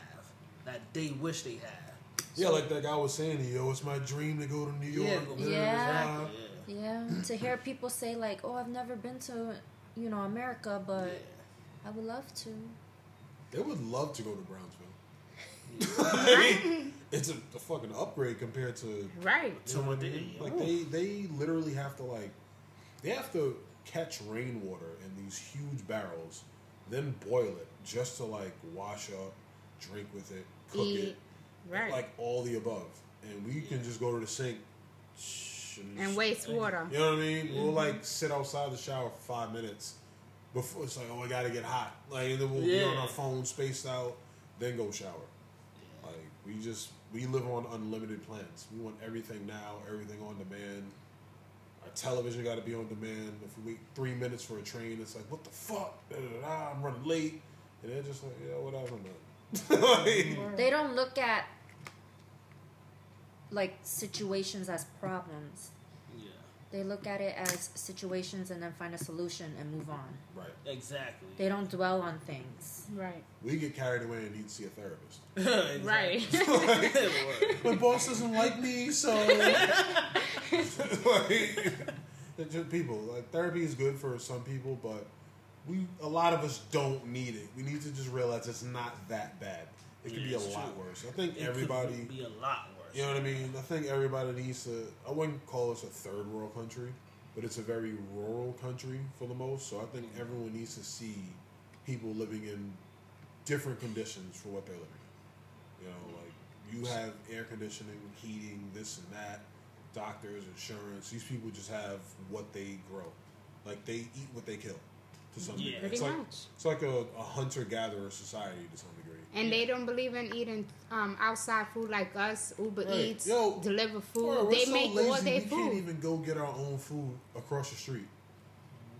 Speaker 3: that they wish they had.
Speaker 1: Yeah, like that guy was saying, yo, it's my dream to go to New York.
Speaker 3: go-
Speaker 1: blah, blah,
Speaker 2: Yeah.
Speaker 1: blah.
Speaker 3: Exactly, yeah.
Speaker 2: Yeah. to hear people say like, "Oh, I've never been to, you know, America, but I would love to."
Speaker 1: They would love to go to Brownsville. it's a, a fucking upgrade compared to
Speaker 4: Right.
Speaker 3: So what they
Speaker 1: like they they literally have to like they have to catch rainwater in these huge barrels, then boil it just to like wash up, drink with it, cook
Speaker 4: Eat.
Speaker 1: it,
Speaker 4: E- Right.
Speaker 1: like all the above. And we can just go to the sink
Speaker 4: and Mm-hmm. waste water.
Speaker 1: You know what I mean? We'll like sit outside the shower for five minutes before it's like, oh, I gotta get hot. Like, and then we'll be on
Speaker 3: Yeah.
Speaker 1: our phone, spaced out, then go shower. Like, we just we live on unlimited plans. We want everything now, everything on demand. Our television got to be on demand. If we wait three minutes for a train, it's like, what the fuck? Da, da, da, I'm running late, and they're just like, yeah, whatever, man.
Speaker 4: Mm-hmm.
Speaker 1: like,
Speaker 2: They don't look at like situations as problems.
Speaker 3: Yeah.
Speaker 2: They look at it as situations and then find a solution and move on.
Speaker 1: right.
Speaker 3: Exactly.
Speaker 2: They don't dwell on things.
Speaker 4: Right. they
Speaker 1: We get carried away and need to see a therapist.
Speaker 3: Exactly.
Speaker 4: Right.
Speaker 3: Word.
Speaker 1: my boss doesn't like me, so like, they're just people. Like therapy is good for some people, but we a lot of us don't need it. We need to just realize it's not that bad. It could
Speaker 3: Yeah,
Speaker 1: be a
Speaker 3: it's
Speaker 1: lot
Speaker 3: true.
Speaker 1: worse. I think
Speaker 3: It
Speaker 1: everybody,
Speaker 3: could be a lot worse.
Speaker 1: you know what I mean. I think everybody needs to. I wouldn't call us a third world country, but it's a very rural country for the most. So I think everyone needs to see people living in different conditions for what they're living. in. You know, like you have air conditioning, heating, this and that, doctors, insurance. These people just have what they grow. Like they eat what they kill. To some degree,
Speaker 3: Yeah.
Speaker 4: Pretty
Speaker 1: it's like
Speaker 4: much.
Speaker 1: it's like a, a hunter gatherer society to some degree.
Speaker 4: And they don't believe in eating um, outside food like us, Uber
Speaker 1: Right.
Speaker 4: Eats,
Speaker 1: Yo,
Speaker 4: deliver
Speaker 1: Bro,
Speaker 4: food.
Speaker 1: we're
Speaker 4: they
Speaker 1: so
Speaker 4: make all
Speaker 1: lazy,
Speaker 4: their
Speaker 1: we can't
Speaker 4: food.
Speaker 1: even go get our own food across the street.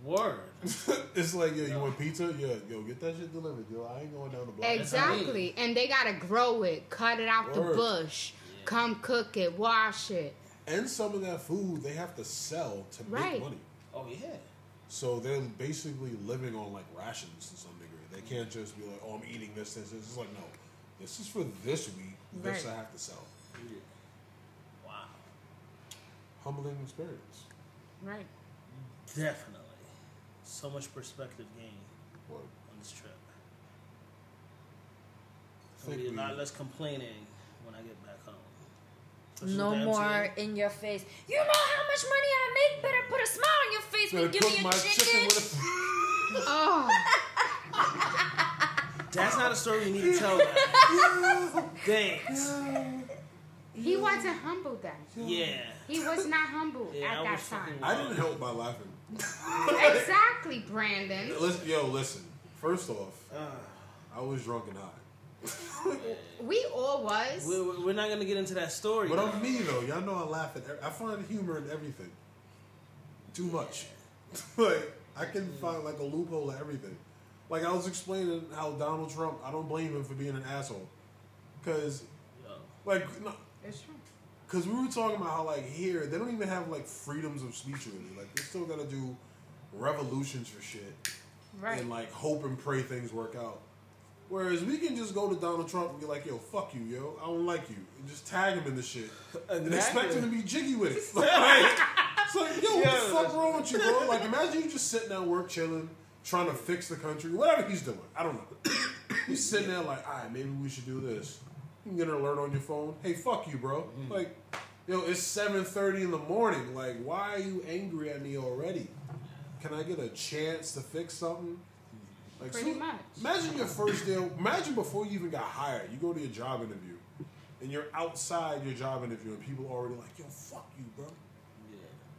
Speaker 3: Word.
Speaker 1: it's like, yo, you want pizza? Yeah, yo, get that shit delivered, yo. I ain't going down the block.
Speaker 3: That's how it
Speaker 4: Exactly. And they gotta grow it, cut it out
Speaker 1: Word.
Speaker 4: the bush, come cook it, wash it.
Speaker 1: And some of that food they have to sell to make
Speaker 4: Right.
Speaker 1: money.
Speaker 3: Oh yeah.
Speaker 1: So they're basically living on like rations to some degree. They can't just be like, oh, I'm eating this, this, this. It's like, no, this is for this week. This
Speaker 4: Right.
Speaker 1: I have to sell.
Speaker 3: yeah. Wow.
Speaker 1: Humbling experience.
Speaker 4: Right.
Speaker 3: Definitely. So much perspective gained
Speaker 1: What?
Speaker 3: on this
Speaker 1: I
Speaker 3: trip. There'll
Speaker 1: think
Speaker 3: be a
Speaker 1: we-
Speaker 3: lot less complaining when I get back home. Especially
Speaker 2: No
Speaker 3: with the
Speaker 2: more
Speaker 3: MTA.
Speaker 2: in your face. You know how much money I make? Better put a smile on your face when
Speaker 1: Better
Speaker 2: you give me
Speaker 1: cook
Speaker 2: your
Speaker 1: my chicken,
Speaker 2: chicken.
Speaker 1: with a
Speaker 4: Oh,
Speaker 3: That's not a story you need to tell. guys. Thanks.
Speaker 4: he wasn't humble then.
Speaker 3: Yeah.
Speaker 4: He was not humble
Speaker 3: Yeah,
Speaker 4: at
Speaker 3: I
Speaker 4: that
Speaker 3: was
Speaker 4: time.
Speaker 3: fucking-
Speaker 1: I didn't help by laughing.
Speaker 4: exactly, Brandon.
Speaker 1: Listen, yo, listen. First off,
Speaker 3: Uh,
Speaker 1: I was drunk and high.
Speaker 4: We all was.
Speaker 3: we- we- we're not gonna get into that story.
Speaker 1: But
Speaker 3: though.
Speaker 1: I'm me though. Y'all know I laugh at. Every, I find humor in everything. Too much. like I can find like a loophole at everything. Like I was explaining how Donald Trump. I don't blame him for being an asshole. Cause
Speaker 3: Yo,
Speaker 1: like no.
Speaker 4: It's true.
Speaker 1: Cause we were talking about how like here they don't even have like freedoms of speech really. Like they still gotta do revolutions for shit
Speaker 4: Right.
Speaker 1: and like hope and pray things work out. Whereas we can just go to Donald Trump and be like, "Yo, fuck you, yo, I don't like you," and just tag him in the shit and expect him to be jiggy with it. Like, it's like, yo, what the
Speaker 3: Yeah.
Speaker 1: fuck wrong with you, bro? Like, imagine you just sitting at work chilling, trying to fix the country, whatever he's doing. I don't know. He's sitting there like, all right, maybe we should do this. You can get an alert on your phone. Hey, fuck you, bro. Like, yo, it's seven thirty in the morning. Like, why are you angry at me already? Can I get a chance to fix something? Like,
Speaker 4: Pretty much.
Speaker 1: Imagine your first day. Imagine before you even got hired, you go to your job interview, and you're outside your job interview, and people already like, yo, fuck you, bro.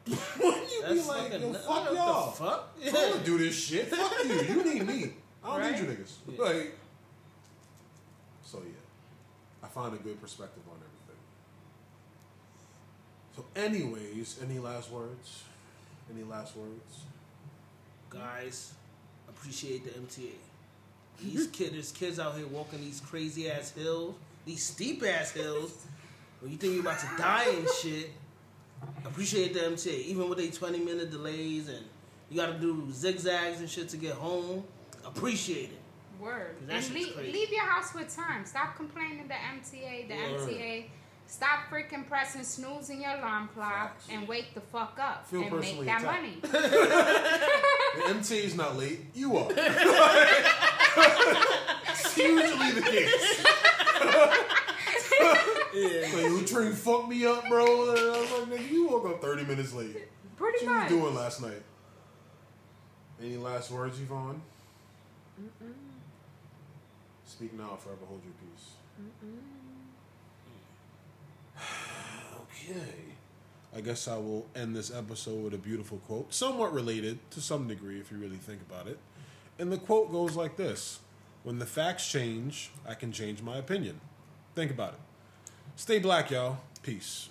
Speaker 3: Yeah.
Speaker 1: Wouldn't you
Speaker 3: That's
Speaker 1: be like,
Speaker 3: fucking.
Speaker 1: yo,
Speaker 3: what
Speaker 1: fuck
Speaker 3: the
Speaker 1: y'all.
Speaker 3: fuck?
Speaker 1: I don't wanna do this shit. Fuck you. You need me. I don't
Speaker 4: Right?
Speaker 1: need you niggas.
Speaker 3: Yeah.
Speaker 1: Like, so yeah, I find a good perspective on everything. So, anyways, any last words? Any last words?
Speaker 3: Guys, appreciate the MTA. These kids, there's kids out here walking these crazy ass hills, these steep ass hills. When you think you're about to die and shit, appreciate the MTA. Even with their 20 minute delays and you got to do zigzags and shit to get home, appreciate it.
Speaker 4: Word.
Speaker 3: That
Speaker 4: And
Speaker 3: shit's
Speaker 4: leave,
Speaker 3: crazy.
Speaker 4: leave your house with time. Stop complaining to MTA, the
Speaker 3: Word.
Speaker 4: MTA. Stop freaking pressing snoozing your alarm clock
Speaker 1: Facts.
Speaker 4: and wake the fuck up
Speaker 1: Feel
Speaker 4: and make
Speaker 1: personally
Speaker 4: that
Speaker 1: attacked.
Speaker 4: money.
Speaker 1: The MTA is not late. You are. it's usually the case.
Speaker 3: Yeah.
Speaker 1: Like, Latrine fucked me up, bro. And I was like, nigga, you woke up 30 minutes late.
Speaker 4: Pretty
Speaker 1: What you was
Speaker 4: much.
Speaker 1: doing last night? Any last words, Yvonne? Speak now, or forever hold your peace. okay. I guess I will end this episode with a beautiful quote, somewhat related to some degree if you really think about it. And the quote goes like this When the facts change, I can change my opinion. Think about it. Stay black, y'all. Peace.